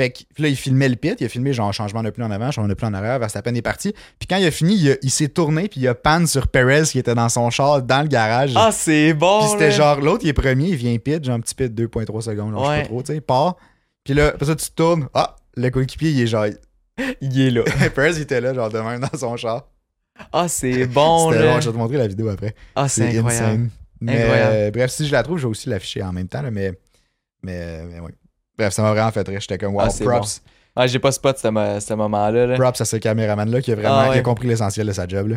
Fait que puis là, il filmait le pit, il a filmé genre changement de plan en avant, changement de plan en arrière, Verstappen est parti. Puis quand il a fini, il, a- il s'est tourné puis il a pan sur Perez qui était dans son char dans le garage. ah c'est bon puis c'était là. genre l'autre il est premier, il vient pit, genre un petit pit 2.3 secondes, genre, je sais Ouais. pas trop, tu sais, il part. Puis là, après ça tu te tournes, ah, le coéquipier il est genre il est là Perez il était là genre de même dans son char. Ah, c'est bon, C'était là. bon, je vais te montrer la vidéo après. Ah, c'est incroyable. insane. Mais, Incroyable. euh, bref, si je la trouve, je vais aussi l'afficher en même temps. là, mais, mais, mais oui. Bref, ça m'a vraiment fait rire. J'étais comme, wow, Ah, c'est props, Ah, j'ai pas spot ce, mo- ce moment-là. là. props à ce caméraman-là qui a vraiment Ah, ouais. qui a compris l'essentiel de sa job. là.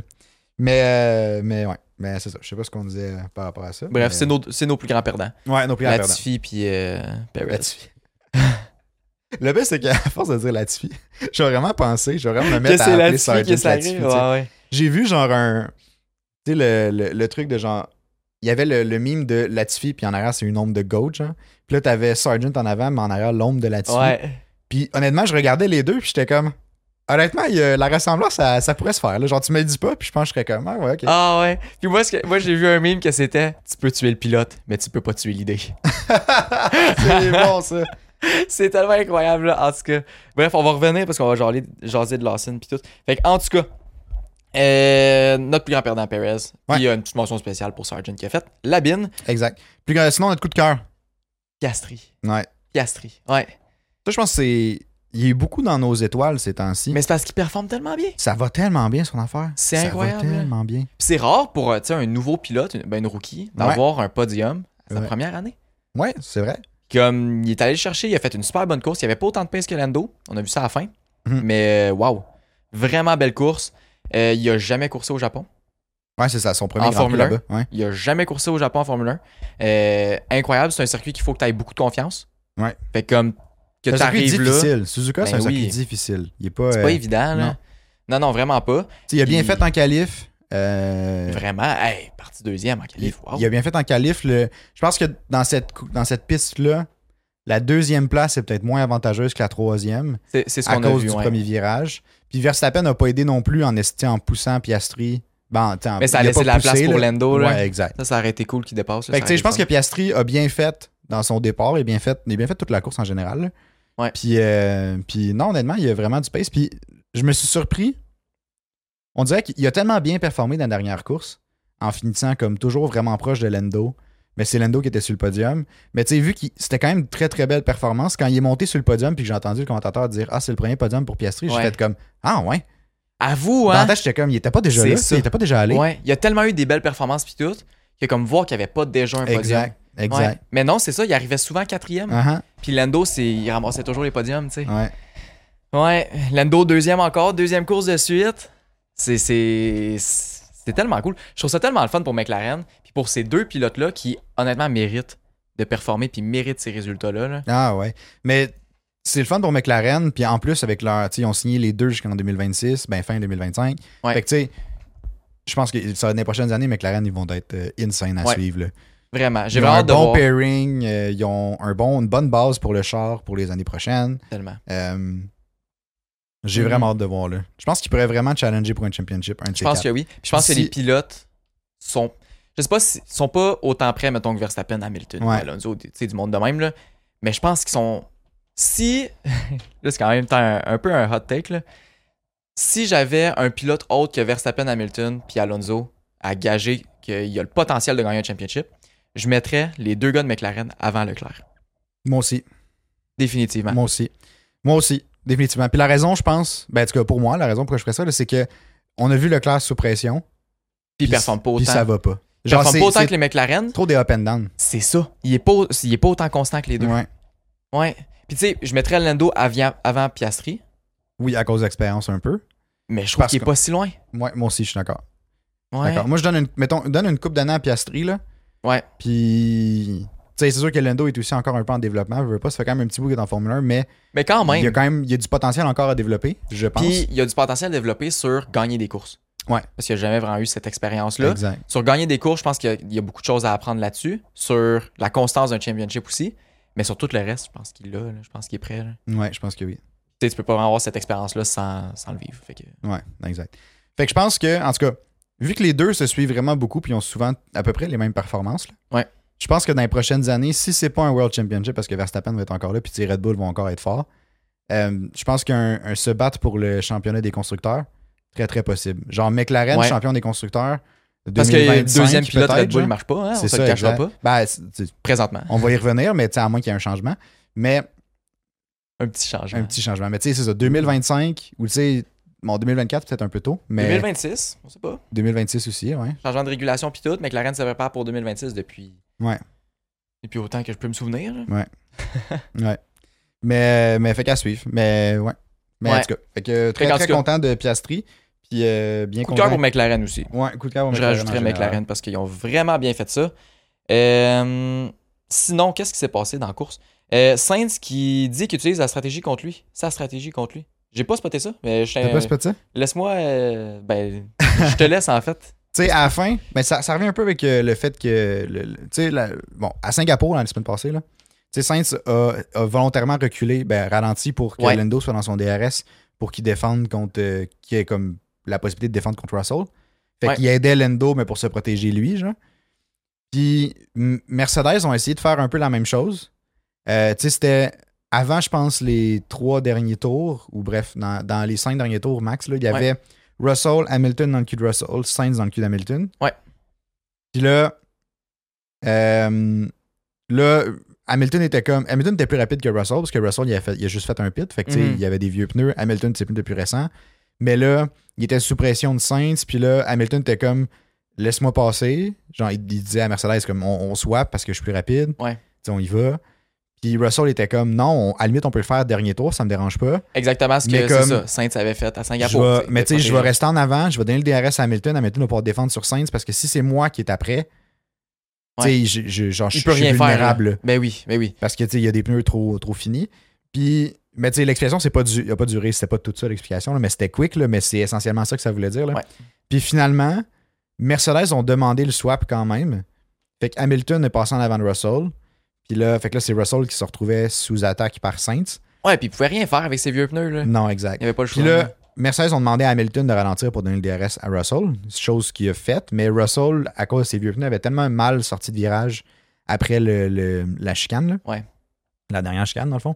Mais, euh, mais ouais, mais c'est ça. Je sais pas ce qu'on disait euh, par rapport à ça. Bref, mais- c'est nos, c'est nos plus grands perdants. Ouais, non, plus en perdant. Latifi puis euh, Perez. Latifi. Le pire, c'est qu'à force de dire Latifi, j'ai vraiment pensé, j'ai vraiment me Que mettre à c'est appeler Latifi qui Sergeant s'arrive. Latifi. tu Ouais, sais. ouais. J'ai vu genre un. Tu sais, le, le, le truc de genre. Il y avait le, le mime de Latifi, puis en arrière, c'est une ombre de Goat, genre. Puis là, t'avais Sergeant en avant, mais en arrière, l'ombre de Latifi. Ouais. Puis honnêtement, je regardais les deux, puis j'étais comme. Honnêtement, il y a- la ressemblance, ça, ça pourrait se faire. là. Genre, tu me le dis pas, puis je pense que je serais comme. Ah ouais, ok. Ah, ouais. Puis moi, ce que- moi j'ai vu un meme que c'était Tu peux tuer le pilote, mais tu peux pas tuer l'idée. Ah. c'est bon, ça. c'est tellement incroyable, là. En tout cas. Bref, on va revenir parce qu'on va jaler- jaser de Lawson puis tout. Fait que, en tout cas. euh, notre plus grand perdant, Perez. Puis Ouais. il y a une petite mention spéciale pour Sargent qui a fait. Labine, Exact. Puis euh, sinon, notre coup de cœur. Piastri. Ouais. Piastri, ouais. Ça, je pense que c'est. Il y a eu beaucoup dans nos étoiles ces temps-ci. Mais c'est parce qu'il performe tellement bien. Ça va tellement bien, son affaire. C'est Ça incroyable, va là. tellement bien. Puis c'est rare pour euh, tu sais, un nouveau pilote, une, ben, une rookie, d'avoir un podium à sa Ouais. première année. Ouais, c'est vrai. Comme il est allé le chercher, il a fait une super bonne course. Il n'y avait pas autant de pace que Lando. On a vu ça à la fin. Mhm. Mais euh, waouh, vraiment belle course. Euh, il a jamais coursé au Japon. Ouais, c'est ça, son premier En Grand Prix Formule un. là-bas. Ouais. Il a jamais coursé au Japon en Formule 1. Euh, incroyable, c'est un circuit qu'il faut que tu aies beaucoup de confiance. Ouais. Fait comme que tu C'est un circuit arrives là, difficile. Suzuka, c'est Ben un circuit oui. difficile. Il est pas. c'est euh, pas évident. Là. non. Non, non, vraiment pas. tu sais, il a bien il- fait en qualif. euh, Vraiment, hey, parti deuxième en il, qualif. wow. il a bien fait en qualif. le- je pense que dans cette, cou- dans cette piste-là, la deuxième place est peut-être moins avantageuse que la troisième C'est c'est ce à qu'on a cause vu. du ouais. premier virage. Puis Verstappen n'a pas aidé non plus en esti- en poussant Piastri. Ben, tu sais, en- Mais ça a il laissé pas de la place poussé, pour là. Lando. Là. Ouais, exact. Ça, ça aurait été cool qu'il dépasse. là, Fait que, ça tu sais, je aurait pense que été Piastri a bien fait dans son départ, il a bien fait, il a bien fait toute la course en général. là. Ouais. Puis, euh, puis non, honnêtement, il y a vraiment du pace. Puis je me suis surpris. On dirait qu'il a tellement bien performé dans la dernière course, en finissant comme toujours vraiment proche de Lando. mais c'est Lando qui était sur le podium. Mais tu sais, vu que c'était quand même une très très belle performance, quand il est monté sur le podium puis que j'ai entendu le commentateur dire Ah, c'est le premier podium pour Piastri, j'ai Ouais. fait comme Ah ouais. À vous, Dans hein? la tête, j'étais comme Il était pas déjà C'est là, ça. il était pas déjà allé. Ouais, il y a tellement eu des belles performances puis tout que comme voir qu'il n'y avait pas déjà un podium. exact, Ouais. exact. Mais non, c'est ça, il arrivait souvent quatrième. Uh-huh, Puis Lando, c'est, il ramassait toujours les podiums, tu sais. ouais. Ouais, Lando deuxième encore, deuxième course de suite. C'est, c'est, c'est tellement cool. Je trouve ça tellement le fun pour McLaren, puis pour ces deux pilotes-là qui, honnêtement, méritent de performer, puis méritent ces résultats-là. là. Ah ouais. Mais c'est le fun pour McLaren. Puis en plus, avec leur. tu sais, Ils ont signé les deux jusqu'en 2026, ben fin 2025. Ouais. Fait que tu sais, je pense que sur les prochaines années, McLaren, ils vont être euh, insane à Ouais. suivre. là. Vraiment, j'ai Ils ont vraiment un hâte de bon voir. pairing, euh, ils ont un bon, une bonne base pour le char pour les années prochaines. Tellement. Euh, j'ai Mhm. vraiment hâte de voir là. Je pense qu'ils pourraient vraiment challenger pour un championship. Un de Je ces pense quatre. que oui. Puis je pense que Si- les pilotes sont. Je sais pas si sont pas autant prêts, mettons, que Verstappen, Hamilton, Ouais. Alonso, tu sais, du monde de même, là. Mais je pense qu'ils sont. Si. là, c'est quand même temps un, un peu un hot take, là. Si j'avais un pilote autre que Verstappen, Hamilton, puis Alonso à gager qu'il a le potentiel de gagner un championship, je mettrais les deux gars de McLaren avant Leclerc. Moi aussi. Définitivement. Moi aussi. Moi aussi, définitivement. Puis la raison, je pense, ben, en tout cas pour moi, la raison pourquoi je ferais ça, là, c'est que on a vu le classe sous pression. Puis il performe pas Puis autant. ça va pas. Il Genre, performe c'est- pas autant c'est que les McLaren. trop des up and down. C'est ça. Il est, pas, il est pas autant constant que les deux. Ouais. Ouais. Puis tu sais, je mettrais Lando avant, avant Piastri, Oui, à cause de l'expérience un peu. mais je trouve Parce qu'il est que- pas si loin. Ouais, moi aussi, je suis d'accord. Ouais. D'accord. Moi, je donne une, mettons, donne une coupe d'années à Piastri, là. Ouais. Puis, tu sais, c'est sûr que Lando est aussi encore un peu en développement. Je veux pas, ça fait quand même un petit bout qu'il est en Formule 1, mais Mais quand il y a même, quand même il y a du potentiel encore à développer, je pense. puis il y a du potentiel développé sur gagner des courses. Ouais. Parce qu'il a jamais vraiment eu cette expérience-là. exact. Sur gagner des courses, je pense qu'il y a- il y, a beaucoup de choses à apprendre là-dessus. Sur la constance d'un championship aussi. Mais sur tout le reste, je pense qu'il l'a. là. Je pense qu'il est prêt. là. Ouais, je pense que oui. Tu sais, tu peux pas vraiment avoir cette expérience-là sans, sans le vivre. Fait que... Ouais, exact. Fait que je pense que, en tout cas, vu que les deux se suivent vraiment beaucoup puis ont souvent à peu près les mêmes performances, là, Ouais. je pense que dans les prochaines années, si c'est pas un World Championship parce que Verstappen va être encore là puis les Red Bull vont encore être forts, euh, je pense qu'un un se battre pour le championnat des constructeurs, très très possible. Genre McLaren, Ouais. champion des constructeurs. Parce que le 2025, deuxième pilote peut-être, Red Bull genre. ne marche pas. Hein? On C'est se ça, le cachera exact. pas. Ben, c'est- c'est- Présentement. on va y revenir, mais tu sais, à moins qu'il y ait un changement. Mais Un petit changement. un petit changement. Mais tu sais, c'est ça, 2025, ou tu sais, bon, 2024 peut-être un peu tôt, mais 2026, on sait pas. 2026 aussi, ouais. changement de régulation puis tout, McLaren se prépare pour 2026 depuis. Ouais. Depuis autant que je peux me souvenir. là. Mais, mais fait qu'à suivre. Mais ouais. Mais en Ouais. tout cas, fait que très, Fait qu'en très tout cas- content de Piastri. Puis euh, bien Coup de content. cœur pour McLaren aussi. Ouais, coup de cœur pour Je McLaren en rajouterais général. McLaren parce qu'ils ont vraiment bien fait ça. Euh, sinon, qu'est-ce qui s'est passé dans la course euh, Sainz qui dit qu'il utilise la stratégie contre lui. Sa stratégie contre lui. J'ai pas spoté ça, mais je- T'as pas ce petit? laisse-moi. euh, ben, je te laisse en fait. Tu sais, à la fin, ben, ça, ça revient un peu avec euh, le fait que. le- le- tu sais, la- bon, à Singapour, hein, la semaine passée, là, tu sais, Sainz a, a volontairement reculé, ben, ralenti pour que Ouais. Lando soit dans son DRS pour qu'il défende contre. euh, qu'il ait comme la possibilité de défendre contre Russell. Fait Ouais. qu'il aidait Lando, mais pour se protéger lui, genre. Puis M- Mercedes ont essayé de faire un peu la même chose. Euh, tu sais, c'était avant, je pense, les trois derniers tours, ou bref, dans, dans les cinq derniers tours, Max, là, il y Ouais. avait Russell, Hamilton dans le cul de Russell, Sainz dans le cul d'Hamilton. Ouais. Puis là, euh, là, Hamilton était comme. Hamilton était plus rapide que Russell parce que Russell, il a, fait- il a juste fait un pit. Fait que, tu sais, Mhm. il y avait des vieux pneus. Hamilton, c'est plus de plus récent. Mais là, il était sous pression de Sainz. Puis là, Hamilton était comme laisse-moi passer. Genre, il, il disait à Mercedes comme on, on swap parce que je suis plus rapide. Ouais. Tu sais, on y va. Puis Russell était comme non, on- à la limite, on peut le faire dernier tour, ça me dérange pas. Exactement ce que Mais c'est comme- ça. Sainz avait fait à Je Singapour. vais- mais tu sais, je vais protéger. rester en avant, je vais donner le DRS à Hamilton. Hamilton va pouvoir défendre sur Sainz parce que si c'est moi qui est après, tu sais, je- je- genre, je Il je peut suis rien faire. là. vulnérable. là. Ben oui, ben oui. Parce que, tu sais, il y a des pneus trop, trop finis. Puis, mais tu sais, l'explication, c'est pas du, il a pas duré, c'était pas tout ça l'explication, là, mais c'était quick, là, mais c'est essentiellement ça que ça voulait dire. là. Ouais. Puis finalement, Mercedes ont demandé le swap quand même. Fait que Hamilton est passé en avant de Russell. Puis là, fait que là, c'est Russell qui se retrouvait sous attaque par Sainz. Ouais, puis il pouvait rien faire avec ses vieux pneus. Là. Non, Il exact. n'y avait pas le choix. Puis là, Mercedes ont demandé à Hamilton de ralentir pour donner le DRS à Russell, chose qu'il a faite, mais Russell, à cause de ses vieux pneus, avait tellement mal sorti de virage après le, le- la chicane. là. Ouais. La dernière chicane, dans le fond.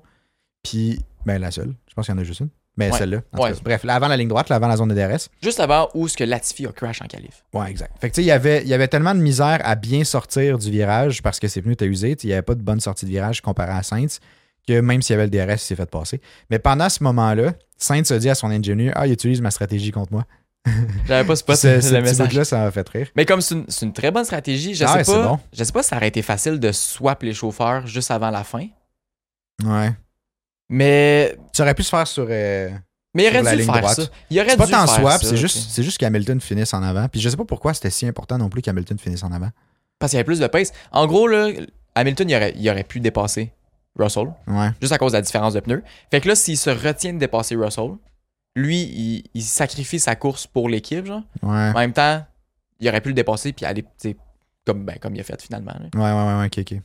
Puis, ben la seule. Je pense qu'il y en a juste une. Mais Ouais. celle-là. en tout cas, Ouais. Bref, là, avant la ligne droite, là, avant la zone de DRS. Juste avant où ce que Latifi a crash en qualif. Ouais, exact. Fait que tu sais, il y avait- il y avait tellement de misère à bien sortir du virage parce que ses pneus étaient usés. tu sais, Il n'y avait pas de bonne sortie de virage comparé à Sainz, que même s'il y avait le DRS, il s'est fait passer. Mais pendant ce moment-là, Sainz se dit à son ingénieur Ah, il utilise ma stratégie contre moi. J'avais pas Puis ce spoté ce le petit message. bout-là, ça m'a fait rire. Mais comme c'est une, c'est une très bonne stratégie, je Ah sais ouais, c'est pas. bon. Je sais pas si ça aurait été facile de swap les chauffeurs juste avant la fin. Ouais. Mais, Tu aurais pu se faire sur. euh, mais il Sur aurait la dû le ligne faire droite. ça. Il aurait C'est pas dû tant faire swap, ça, c'est juste, tu sais. c'est juste qu'Hamilton finisse en avant. Puis je sais pas pourquoi c'était si important non plus qu'Hamilton finisse en avant. Parce qu'il y avait plus de pace. En gros, là, Hamilton, il aurait, il aurait pu dépasser Russell, Ouais. juste à cause de la différence de pneus. Fait que là, s'il se retient de dépasser Russell, lui, il, il sacrifie sa course pour l'équipe, genre. Ouais. En même temps, il aurait pu le dépasser puis aller, tu sais, comme, ben, comme il a fait finalement. là. Ouais, ouais, ouais, ouais, ok, ok.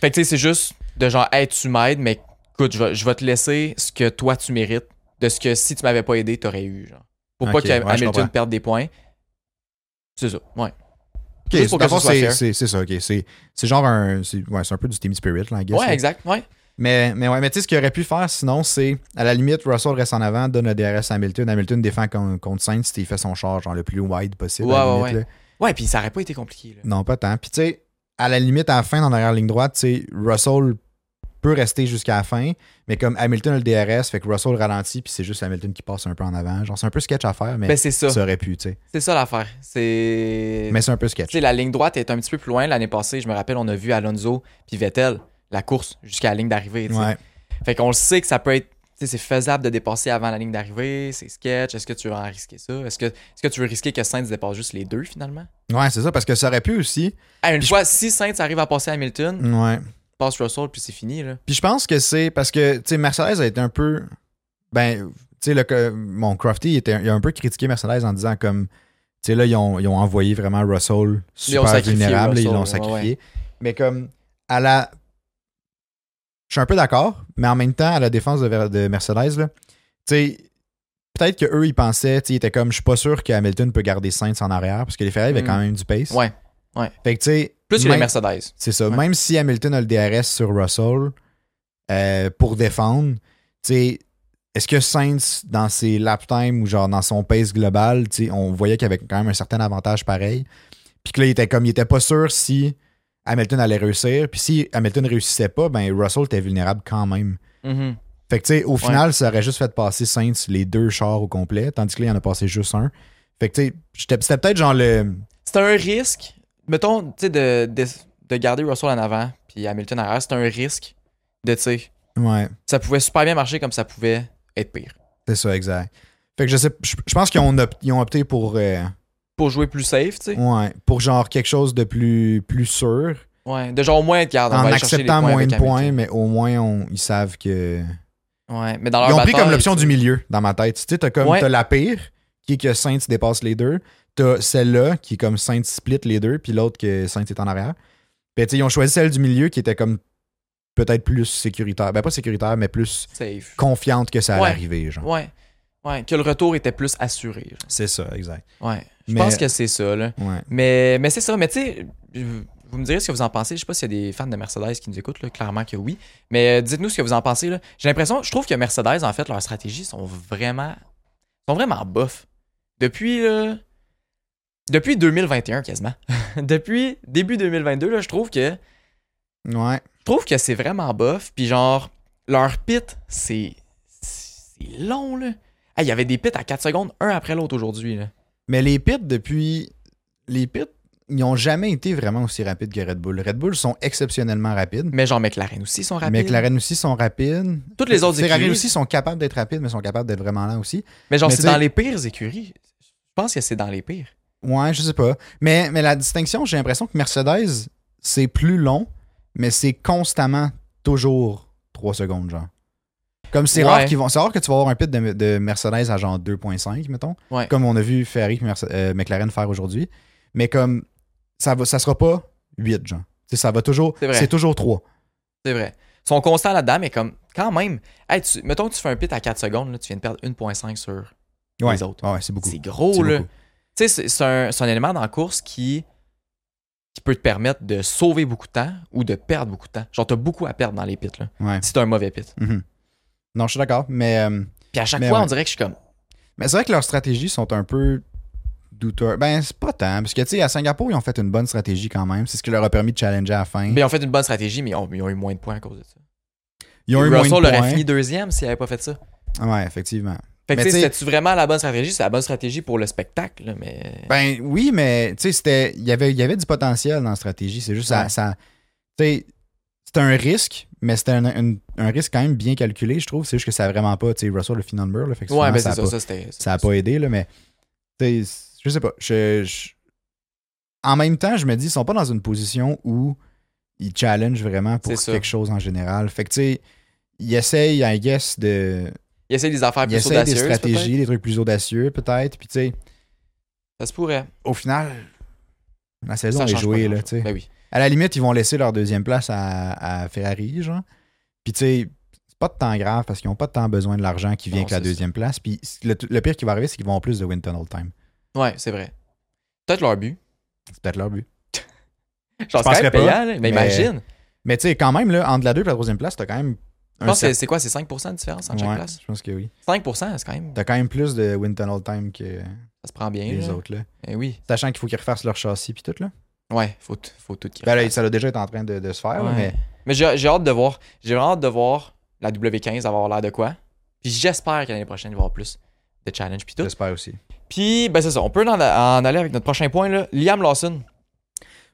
Fait que tu sais, c'est juste de genre, hey, tu m'aides, mais écoute, je vais, je vais te laisser ce que toi tu mérites de ce que si tu m'avais pas aidé, t'aurais eu, genre. Pour pas Ok, que ouais, je comprends. Hamilton perde des points. C'est ça, ouais. Ok, Juste pour que dans le fond, ce soit c'est fair. c'est- c'est ça, ok. C'est c'est genre un. C'est ouais, c'est un peu du team spirit, là, I guess, Ouais, là. exact, ouais. Mais, mais ouais, mais tu sais, ce qu'il aurait pu faire sinon, c'est à la limite, Russell reste en avant, donne le DRS à Hamilton. Hamilton défend con- contre Sainz, il fait son char genre le plus wide possible. à la Ouais, ouais, limite, là. Ouais, puis ça aurait pas été compliqué, là. Non, pas tant. Puis tu sais, à la limite, à la fin, dans l'arrière-ligne droite, tu sais, Russell peut rester jusqu'à la fin, mais comme Hamilton a le DRS, fait que Russell ralentit, puis c'est juste Hamilton qui passe un peu en avant. Genre, c'est un peu sketch à faire, mais Ben, c'est ça. ça aurait pu, tu sais. C'est ça l'affaire. C'est. Mais c'est un peu Tu sketch. sais, la ligne droite est un petit peu plus loin. L'année passée, je me rappelle, on a vu Alonso puis Vettel, la course jusqu'à la ligne d'arrivée. tu sais. Ouais. Fait qu'on le sait que ça peut être. tu sais, C'est faisable de dépasser avant la ligne d'arrivée, c'est sketch. Est-ce que tu veux en risquer ça? Est-ce que, est-ce que tu veux risquer que Sainz dépasse juste les deux finalement? Ouais, c'est ça, parce que ça aurait pu aussi. Ah, une Puis Mm. fois, si Sainz arrive à passer Hamilton, Ouais. passe Russell, puis c'est fini. Là. Puis je pense que c'est parce que, tu sais, Mercedes a été un peu. Ben, tu sais, le co- mon Crofty, il, était, il a un peu critiqué Mercedes en disant comme. Tu sais, là, ils ont, ils ont envoyé vraiment Russell super sacrifié vulnérable, ils Russell, l'ont ouais, sacrifié. Mais comme, à la. Je suis un peu d'accord, mais en même temps, à la défense de, Ver- de Mercedes, là, tu sais. Peut-être qu'eux, ils pensaient, tu sais, ils étaient comme, je suis pas sûr que Hamilton peut garder Sainz en arrière, parce que les Ferrari avaient Mm. quand même du pace. Ouais, ouais. Fait que, tu sais. Plus que les même- Mercedes. c'est ça. Ouais. Même si Hamilton a le DRS sur Russell euh, pour défendre, tu sais, est-ce que Sainz, dans ses lap time ou genre dans son pace global, tu sais, on voyait qu'il avait quand même un certain avantage pareil. Puis que là, il était comme il était pas sûr si Hamilton allait réussir. Puis si Hamilton réussissait pas, ben Russell était vulnérable quand même. Mhm. Fait que tu sais, au final, ça aurait juste fait passer Sainz les deux chars au complet, tandis que là, il en a passé juste un. Fait que tu sais, j'étais- c'était peut-être genre le. C'est un risque. Mettons, tu sais, de, de, de garder Russell en avant, puis Hamilton en arrière, c'est un risque de, tu sais, Ouais. ça pouvait super bien marcher comme ça pouvait être pire. C'est ça, exact. Fait que je sais, je, je pense qu'ils ont, op- ils ont opté pour, euh, Pour jouer plus safe, tu sais. ouais, pour genre quelque chose de plus, plus sûr, Ouais, de genre au moins être garde. on en va aller chercher les acceptant points moins avec de points, Hamilton. mais au moins on- ils savent que. Ouais, mais dans leur Ils ont pris bataille, comme l'option tu du milieu dans ma tête. Tu sais, t'as comme Ah, Ouais. t'as la pire, qui est que Sainte dépasse les deux. T'as celle-là, qui est comme Sainte split les deux, puis l'autre que Sainte est en arrière. Puis tu sais, ils ont choisi celle du milieu qui était comme peut-être plus sécuritaire. Ben pas sécuritaire, mais plus sais, Safe. confiante que ça allait Ouais. arriver, genre. Ouais. Ouais, que le retour était plus assuré. genre. C'est ça, exact. Ouais. Je Mais- pense que c'est ça, là. Ouais. Mais, mais c'est ça. Mais tu sais, vous vous me direz ce que vous en pensez. Je sais pas s'il y a des fans de Mercedes qui nous écoutent, là. Clairement que oui. Mais euh, dites-nous ce que vous en pensez, là. J'ai l'impression, je trouve que Mercedes, en fait, leurs stratégies sont vraiment. sont vraiment bof. Depuis. euh, depuis 2021, quasiment. depuis début 2022, là, je trouve que. Ouais. je trouve que c'est vraiment bof. Puis genre, leur pit, c'est. C'est long, là. Hey, Il y avait des pits à 4 secondes, un après l'autre aujourd'hui. là. Mais les pits, depuis. Les pits, ils n'ont jamais été vraiment aussi rapides que Red Bull. Red Bull sont exceptionnellement rapides. Mais genre, McLaren aussi sont rapides. Mais McLaren aussi sont rapides. Toutes les autres Ferrari écuries. aussi sont capables d'être rapides, mais sont capables d'être vraiment lents aussi. Mais genre, Mais c'est tu sais- dans les pires écuries. Je pense que c'est dans les pires. Ouais, je sais pas. Mais, mais la distinction, j'ai l'impression que Mercedes, c'est plus long, mais c'est constamment toujours 3 secondes, genre. Comme c'est Ouais. rare qu'ils vont. C'est rare que tu vas avoir un pit de, de Mercedes à genre 2.5, mettons. Ouais. Comme on a vu Ferrari et Merce- euh, McLaren faire aujourd'hui. Mais comme ça va, ça sera pas 8, genre. Tu sais, ça va toujours. C'est vrai. C'est toujours 3. C'est vrai. Ils sont constants là-dedans, mais comme quand même. Hey, tu- mettons que tu fais un pit à 4 secondes, là, tu viens de perdre 1.5 sur Ouais. les autres. Ah ouais, c'est beaucoup. C'est gros, C'est là. beaucoup. Tu sais, c'est- c'est un, c'est un élément dans la course qui, qui peut te permettre de sauver beaucoup de temps ou de perdre beaucoup de temps. Genre, t'as beaucoup à perdre dans les pits, là. Ouais. Si t'as un mauvais pit. Mhm. Non, je suis d'accord, mais euh, Puis à chaque Mais fois, ouais. on dirait que je suis comme. Mais c'est vrai que leurs stratégies sont un peu douteuses. Ben, c'est pas tant. Parce que, tu sais, à Singapour, ils ont fait une bonne stratégie quand même. C'est ce qui leur a permis de challenger à la fin. Mais ben, ils ont fait une bonne stratégie, mais ils ont, ils ont eu moins de points à cause de ça. Ils ont eu moins de Russell aurait points. fini deuxième s'il n'avait pas fait ça. Ouais, effectivement. Fait que Mais tu sais, t'sais- c'était-tu vraiment la bonne stratégie? C'est la bonne stratégie pour le spectacle, là, mais. Ben oui, mais tu sais, c'était. Il y avait, il y avait du potentiel dans la stratégie. C'est juste ça. Ouais. ça tu sais, c'était un risque, mais c'était un, un- un risque quand même bien calculé, je trouve. C'est juste que ça a vraiment pas. Tu sais, Russell le final number, là, fait que ouais, souvent, mais ça c'est a ça, ça pas- c'était. ça n'a pas aidé, là, mais tu sais, je sais pas. Je, je- En même temps, je me dis, ils sont pas dans une position où ils challengent vraiment pour C'est ça. quelque chose en général. Fait que tu sais, ils essayent, I guess, de. Il essaie des affaires Ils plus essayent audacieuses. des peut-être. stratégies, des trucs plus audacieux, peut-être. Puis tu sais, Ça se pourrait. au final, la saison ça est change jouée, pas là, tu grand-chose. sais. Ben oui. À la limite, ils vont laisser leur deuxième place à, à Ferrari, genre. Puis, tu sais, c'est pas de temps grave parce qu'ils n'ont pas tant besoin de l'argent qui vient Non, avec la c'est ça. deuxième place. Puis, le, le pire qui va arriver, c'est qu'ils vont en plus de Winton All Time. Ouais, c'est vrai. Peut-être leur but. C'est peut-être leur but. Genre, penserais c'est quand même pas, payant, là, mais, mais- imagine. Mais, tu sais, quand même, là, entre la 2 et la troisième place, t'as quand même. Je un pense que certain- c'est quoi? C'est 5% de différence entre Ouais, chaque place? Je pense que oui. 5%, c'est quand même. T'as quand même plus de Winton All Time que Ça se prend bien. les là. autres, là. Eh oui. Sachant qu'il faut qu'ils refassent leur châssis, puis tout, là. Ouais, faut, t- faut tout qu'il Ben, là, refasse. ça a déjà été en train de, de se faire, là, Ouais. mais. Mais j'ai j'ai hâte de voir. J'ai vraiment hâte de voir la W15 avoir l'air de quoi. Puis j'espère que l'année prochaine, il va y avoir plus de challenge puis tout. J'espère aussi. Puis, ben c'est ça. On peut en, en aller avec notre prochain point, là. Liam Lawson.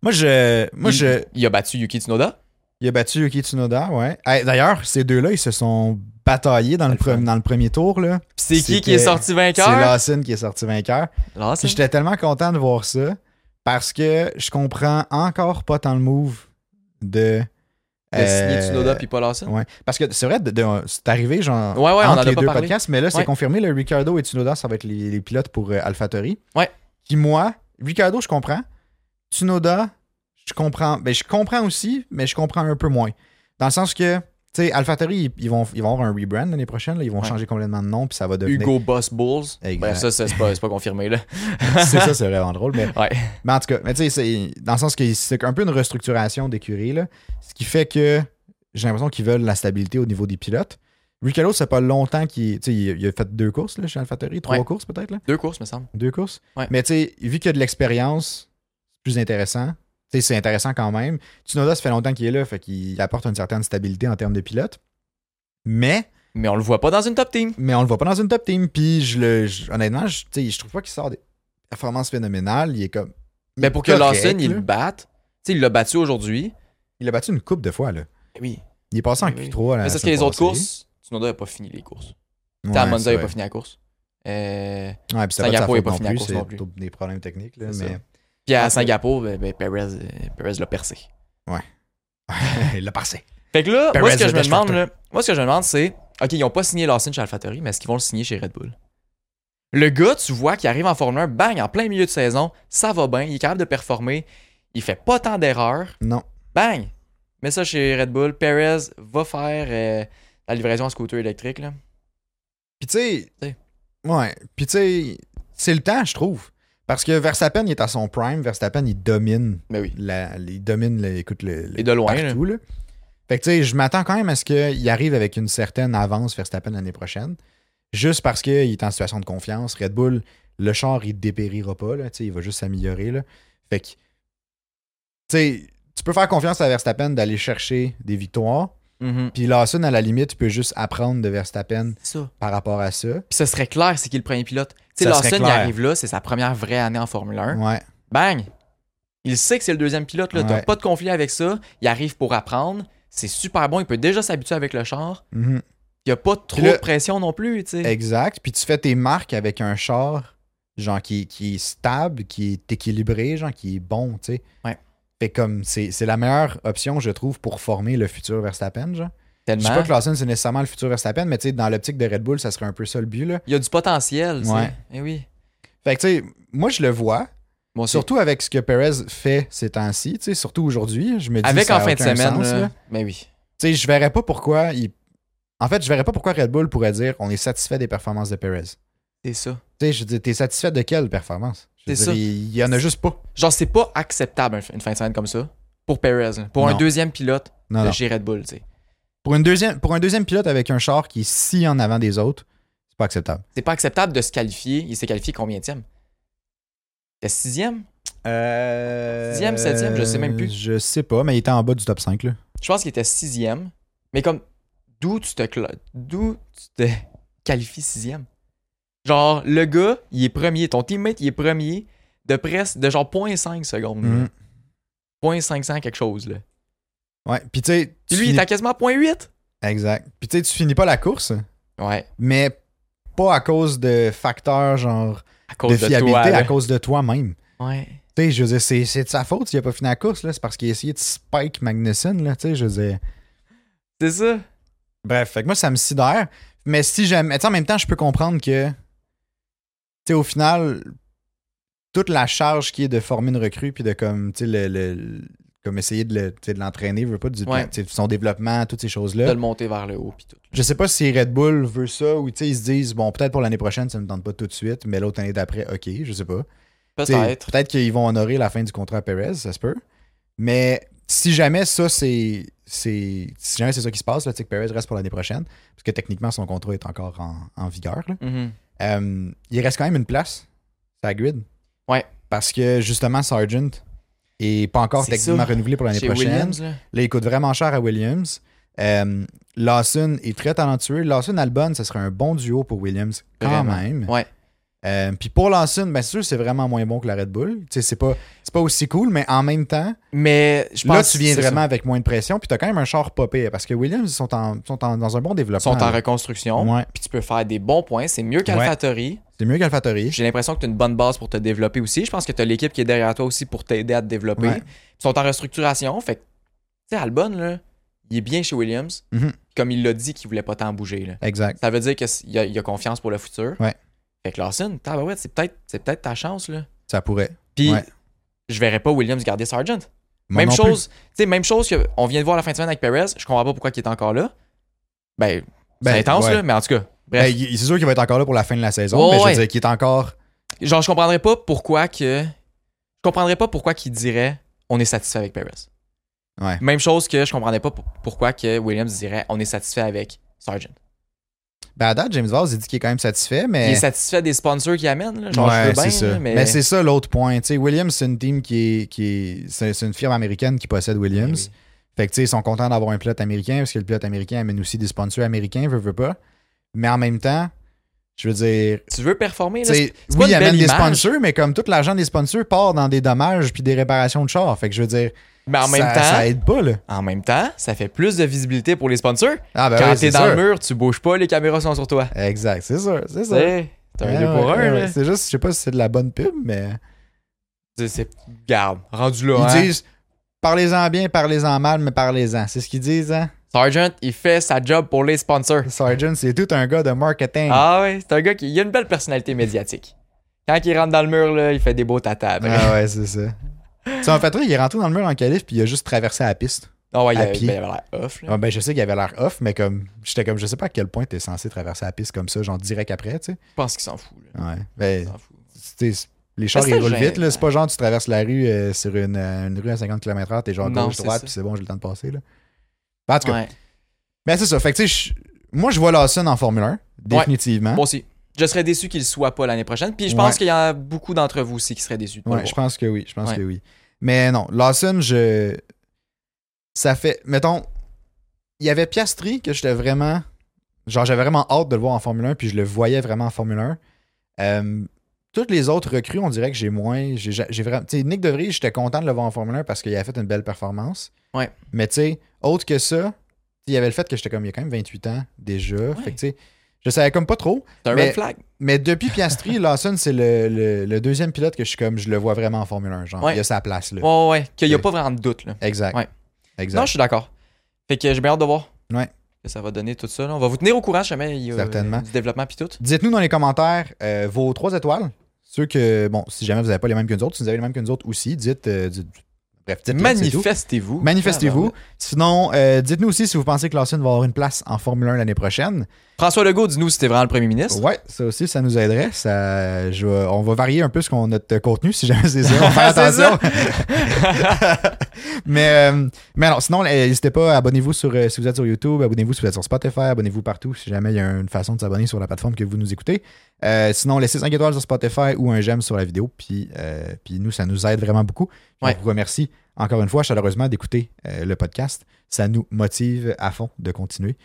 Moi, je. Moi, il, je. il a battu Yuki Tsunoda. Il a battu Yuki Tsunoda, ouais. Hey, D'ailleurs, ces deux-là, ils se sont bataillés dans le, C'est le pre- fun. dans le premier tour. là. Puis c'est qui C'était- qui est sorti C'est vainqueur? Lawson qui est sorti vainqueur. Puis Lawson. j'étais tellement content de voir ça parce que je comprends encore pas tant le move de. Il a signé euh, Tsunoda puis pas Lawson. Ouais. Parce que c'est vrai, de- de- c'est arrivé, genre. Ouais, ouais, on en entre a les pas deux parlé. podcasts, mais là, c'est Ouais. confirmé, le Ricardo et Tsunoda, ça va être les, les pilotes pour euh, AlphaTauri. Ouais. Qui, moi, Ricardo, je comprends. Tsunoda, je comprends. Ben, je comprends aussi, mais je comprends un peu moins. Dans le sens que, tu sais, AlphaTauri, ils, ils vont, ils vont avoir un rebrand l'année prochaine, là. ils vont Ouais. changer complètement de nom, puis ça va devenir. Hugo Boss Bulls. Exact. Ben, ça, ça, c'est pas, c'est pas confirmé, là. c'est ça, c'est vraiment drôle, mais. Ouais. Mais en tout cas, mais tu sais, c'est- dans le sens que c'est un peu une restructuration d'écurie, là, ce qui fait que j'ai l'impression qu'ils veulent la stabilité au niveau des pilotes. Ricardo, ça fait pas longtemps qu'il tu sais, il a- il a fait deux courses là, chez AlphaTauri, trois Ouais. courses peut-être, là, Deux courses, me semble. deux courses. Ouais. Mais tu sais, vu qu'il y a de l'expérience, c'est plus intéressant. Tu sais, c'est intéressant quand même. Tsunoda, ça fait longtemps qu'il est là, fait qu'il apporte une certaine stabilité en termes de pilote. Mais Mais on le voit pas dans une top team. mais on le voit pas dans une top team. Puis je le, je- honnêtement, je, tu sais, je trouve pas qu'il sort des performances phénoménales. Il est comme. il Mais est Ben, pour que correct, Lawson, il là. le batte, tu sais, il l'a battu aujourd'hui. Il a battu une coupe de fois, là. Eh Oui. Il est passé en Oui, oui. Q3. la Mais c'est parce que semaine les autres passée. courses, Tsunoda a pas fini les courses. Tu Ouais, sais, Monza, c'est il a vrai. pas fini la course. Euh, Ouais, puis c'était pas de sa Singapour, il a faute pas non fini la plus. course non plus. C'est des problèmes techniques, là. C'est Mais. Puis à Ok. Singapour, ben, ben, Perez, euh, Perez l'a percé. il l'a passé. Fait que là, Perez moi ce que le je me demande, destructeur. là, moi ce que je me demande, c'est OK, ils ont pas signé Lawson chez AlphaTauri, mais est-ce qu'ils vont le signer chez Red Bull? Le gars, tu vois, qui arrive en Formule 1, bang, en plein milieu de saison, ça va bien, il est capable de performer, il fait pas tant d'erreurs, Non. bang! Mets ça chez Red Bull, Perez va faire euh, la livraison en scooter électrique. Là. Puis tu sais. Tu sais. Ouais. Puis tu sais, c'est le temps, je trouve. Parce que Verstappen, il est à son prime. Verstappen, il domine. Mais Ben oui. La, il domine, le- écoute, le, le- Et de loin, là. partout. Là. Fait que tu sais, je m'attends quand même à ce qu'il arrive avec une certaine avance Verstappen l'année prochaine. Juste parce qu'il est en situation de confiance. Red Bull, le char, il dépérira pas. Là, Tu sais, il va juste s'améliorer. là. Fait que tu sais, tu peux faire confiance à Verstappen d'aller chercher des victoires. Mhm. Puis Lawson, à la limite, tu peux juste apprendre de Verstappen C'est ça. par rapport à ça. Puis ce serait clair, c'est qui le premier pilote. Tu sais, Ça serait Lawson, il clair. arrive là, c'est sa première vraie année en Formule 1. Ouais. bang, il sait que c'est le deuxième pilote, là, t'as Ouais. pas de conflit avec ça, il arrive pour apprendre, c'est super bon, il peut déjà s'habituer avec le char, Mhm. il y a pas trop Puis là- de pression non plus, tu sais. Exact. Puis tu fais tes marques avec un char, genre, qui, qui est stable, qui est équilibré, genre, qui est bon, tu sais. Ouais. Fait comme, c'est c'est la meilleure option, je trouve, pour former le futur Verstappen, genre. Je dis Tellement. pas que Lawson, c'est nécessairement le futur Verstappen, mais tu sais, dans l'optique de Red Bull, ça serait un peu ça le but, là. Il y a du potentiel, tu Ouais. sais. Eh oui. Fait que, tu sais, moi, je le vois, Bon, c'est- surtout avec ce que Perez fait ces temps-ci, tu sais, surtout aujourd'hui, je me dis avec ça en a fin de aucun semaine, sens, là, là. mais oui. Tu sais, je verrais pas pourquoi il... En fait, je verrais pas pourquoi Red Bull pourrait dire on est satisfait des performances de Perez. C'est ça. Tu sais, je dis, t'es satisfait de quelle performance? Je veux C'est dire, ça. Il il y en a juste pas. Genre, c'est pas acceptable un- une fin de semaine comme ça pour Perez, là, pour un Non. deuxième pilote Non, de non. chez Red Bull, tu sais. Pour, une deuxième, pour un deuxième pilote avec un char qui est si en avant des autres, c'est pas acceptable. C'est pas acceptable de se qualifier. Il s'est qualifié combien tième? C'était sixième? Euh, Sixième, septième, je sais même plus. Je sais pas, mais il était en bas du top 5. Là. Je pense qu'il était sixième. Mais comme d'où tu te cla- d'où tu te qualifies sixième? Genre, le gars, il est premier. Ton teammate, il est premier de presque de genre 0.5 secondes. là. Mhm. 0.500 quelque chose là. Ouais, puis tu sais. tu Puis lui, il finis- est à quasiment 0.8. Exact. Puis tu sais, tu finis pas la course, Ouais. mais pas à cause de facteurs genre À de cause de, fiabilité, toi. à là. cause de toi-même. Ouais. Tu sais, je veux dire, c'est, c'est de sa faute s'il a pas fini la course, là. C'est parce qu'il a essayé de spike Magnussen, là. Tu sais, je veux dire. C'est ça. Bref, fait que moi, ça me sidère. Mais si j'aime. Tu sais, en même temps, je peux comprendre que. Tu sais, au final, toute la charge qui est de former une recrue, puis de comme. Tu sais, le. le- comme essayer de, le- tu sais, de l'entraîner, je veux pas, du Ouais. tu sais, son développement, toutes ces De choses-là. le monter vers le haut puis tout. Je sais pas si Red Bull veut ça ou tu sais, ils se disent, bon, peut-être pour l'année prochaine, ça ne me tente pas tout de suite, mais l'autre année d'après, ok, je sais pas. Tu sais, Peut-être. Peut-être qu'ils vont honorer la fin du contrat à Perez, ça se peut. Mais si jamais ça, c'est. c'est- Si jamais c'est ça qui se passe, là, tu sais, que Perez reste pour l'année prochaine, parce que techniquement, son contrat est encore en, en vigueur, là, Mhm. euh, il reste quand même une place sur la grid. Ouais. Parce que justement, Sargent est pas encore C'est techniquement ça. renouvelé pour l'année Chez prochaine. Williams, là. Là, il coûte vraiment cher à Williams. Euh, Lawson est très talentueux. Lawson-Albon, ce serait un bon duo pour Williams quand Vraiment. même. Ouais. Euh, Puis pour Lawson, ben c'est sûr c'est vraiment moins bon que la Red Bull. Tu sais, C'est pas, c'est pas aussi cool, mais en même temps, Mais je pense là, tu viens c'est vraiment ça. avec moins de pression. Puis t'as quand même un char pas pire parce que Williams, ils sont, en, sont en- dans un Ils bon sont développement. en là. reconstruction. Ouais. Puis tu peux faire des bons points. C'est mieux qu'AlphaTauri. C'est mieux qu'AlphaTauri. J'ai l'impression que tu as une bonne base pour te développer aussi. Je pense que tu as l'équipe qui est derrière toi aussi pour t'aider à te développer. Ouais. Ils sont en restructuration. Fait que, tu sais, Albon, là, il est bien chez Williams. Mhm. Comme il l'a dit qu'il voulait pas tant bouger. Là. Exact. Ça veut dire qu'il a, il a confiance pour le futur. Ouais. Fait que Lawson, tabarouette, c'est peut-être c'est peut-être ta chance. là. Ça pourrait. Puis, Ouais. je verrais pas Williams garder Sargent. Moi même non plus. chose, tu sais, même chose que on vient de voir la fin de semaine avec Perez. Je comprends pas pourquoi il est encore là. Ben, Ben, c'est intense, ouais. là, mais en tout cas, bref. Ben, il- c'est sûr qu'il va être encore là pour la fin de la saison, Ouais, mais je veux ouais. dire qu'il est encore. Genre, je comprendrais pas pourquoi que. Je comprendrais pas pourquoi qu'il dirait on est satisfait avec Perez. Ouais. Même chose que je comprendrais pas pour- pourquoi que Williams dirait on est satisfait avec Sargent. Ben, à date, James Vaz, il dit qu'il est quand même satisfait, Il mais. est satisfait des sponsors qu'il amène, là. Genre, Eh. Ouais, je veux bien, c'est ça. là, mais. Mais c'est ça l'autre point. Tu sais, Williams, c'est une team qui est. Qui est- c'est c'est une firme américaine qui possède Williams. Ben Oui. Fait que, tu sais, ils sont contents d'avoir un pilote américain parce que le pilote américain amène aussi des sponsors américains, veut, veut pas. Mais en même temps, je veux dire. Tu veux performer, tu là? sais, c'est pas une oui, ils amènent belle des image. sponsors, mais comme tout l'argent des sponsors part dans des dommages puis des réparations de chars. Fait que je veux dire, Mais en ça, même temps, ça aide pas, là. en même temps, ça fait plus de visibilité pour les sponsors. Ah, ben Quand ouais, t'es c'est dans sûr. le mur, tu bouges pas, les caméras sont sur toi. Exact, c'est sûr, c'est Tu ça. sais, T'as un Ouais, deux pour ouais, un, ouais, là. C'est juste, je sais pas si c'est de la bonne pub, mais. C'est- c'est- Garde, rendu là. Ils hein. disent parlez-en bien, parlez-en mal, mais parlez-en. C'est ce qu'ils disent, hein? Sargent, il fait sa job pour les sponsors. Sargent, c'est tout un gars de marketing. Ah ouais, c'est un gars qui il a une belle personnalité médiatique. Quand il rentre dans le mur, là, il fait des beaux tatas. Ben, après. Ah ouais, c'est ça. Ça m'a fait rire, il est rentré dans le mur en calife puis il a juste traversé la piste. Ah ouais, il à avait, pied. ben, il avait l'air off. là. Ah ben, je sais qu'il avait l'air off, mais comme j'étais comme je sais pas à quel point t'es censé traverser la piste comme ça, genre direct après, tu sais. Je pense qu'il s'en fout. là. Ouais. Il Ben, s'en fout. tu sais, les chars Mais ils c'était roulent gênant. vite, là. C'est pas genre tu traverses la rue euh, sur une, euh, une rue à 50 km/h, t'es genre Non, gauche, c'est droite, ça. puis c'est bon, j'ai le temps de passer, là. Ben, en tout cas, Ouais. mais c'est ça. Fait que tu sais, je- moi je vois Lawson en Formule 1, définitivement. Moi aussi. Je serais déçu qu'il ne soit pas l'année prochaine. Puis je pense Ouais. qu'il y en a beaucoup d'entre vous aussi qui seraient déçus. de pas Ouais, le je voir. pense que oui. Je pense Ouais. que oui. Mais non, Lawson, je. Ça fait. Mettons, il y avait Piastri que j'étais vraiment. Genre, j'avais vraiment hâte de le voir en Formule 1, puis je le voyais vraiment en Formule 1. Euh, toutes les autres recrues, on dirait que j'ai moins. J'ai, j'ai vraiment. Tu sais, Nick DeVries, j'étais content de le voir en Formule 1 parce qu'il a fait une belle performance. Ouais. Mais tu sais, autre que ça, il y avait le fait que j'étais comme il y a quand même 28 ans déjà. Fait que tu sais, je savais comme pas trop. C'est un Mais- euh, red flag. Mais depuis Piastri, Lawson, c'est le, le- le deuxième pilote que je suis comme, je le vois vraiment en Formule 1. Genre, Ouais. il a sa place là. Ouais, ouais, ouais. Qu'il n'y a Ouais. pas vraiment de doute. Là. Exact. Ouais. Exact. Non, je suis d'accord. Fait que j'ai bien hâte de voir. Ouais. Que ça va donner tout ça. là. On va vous tenir au courant, si jamais il y a Certainement. euh, du développement puis tout. Dites-nous dans les commentaires euh, vos trois étoiles. Ceux que, bon, si jamais vous n'avez pas les mêmes que nous autres, si vous avez les mêmes que nous autres aussi, dites. euh, dites- bref, dites Manifestez-vous. Manifestez-vous. Ah, Sinon, euh, dites-nous aussi si vous pensez que Lawson va avoir une place en Formule 1 l'année prochaine. ben. François Legault, dis-nous si t'es vraiment le premier ministre. Ouais, ça aussi, ça nous aiderait. Ça, je vais- on va varier un peu ce qu'on, notre contenu si jamais c'est ça. On va faire C'est ça. attention. mais, euh, mais non, sinon, euh, n'hésitez pas, abonnez-vous sur, euh, si vous êtes sur YouTube, abonnez-vous si vous êtes sur Spotify, abonnez-vous partout si jamais il y a une façon de s'abonner sur la plateforme que vous nous écoutez. Euh, sinon, laissez 5 étoiles sur Spotify ou un j'aime sur la vidéo. Puis, euh, puis nous, ça nous aide vraiment beaucoup. Puis Ouais. On vous remercie encore une fois chaleureusement d'écouter euh, le podcast. Ça nous motive à fond de continuer.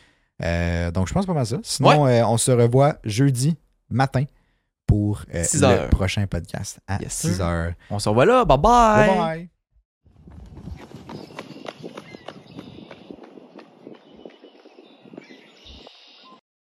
Euh, donc, je pense pas mal ça. Sinon, euh, on se revoit jeudi matin pour euh, Six le heures. prochain podcast à Yes, sir. 6 heures. On se revoit là. Bye bye. Oh. bye. bye.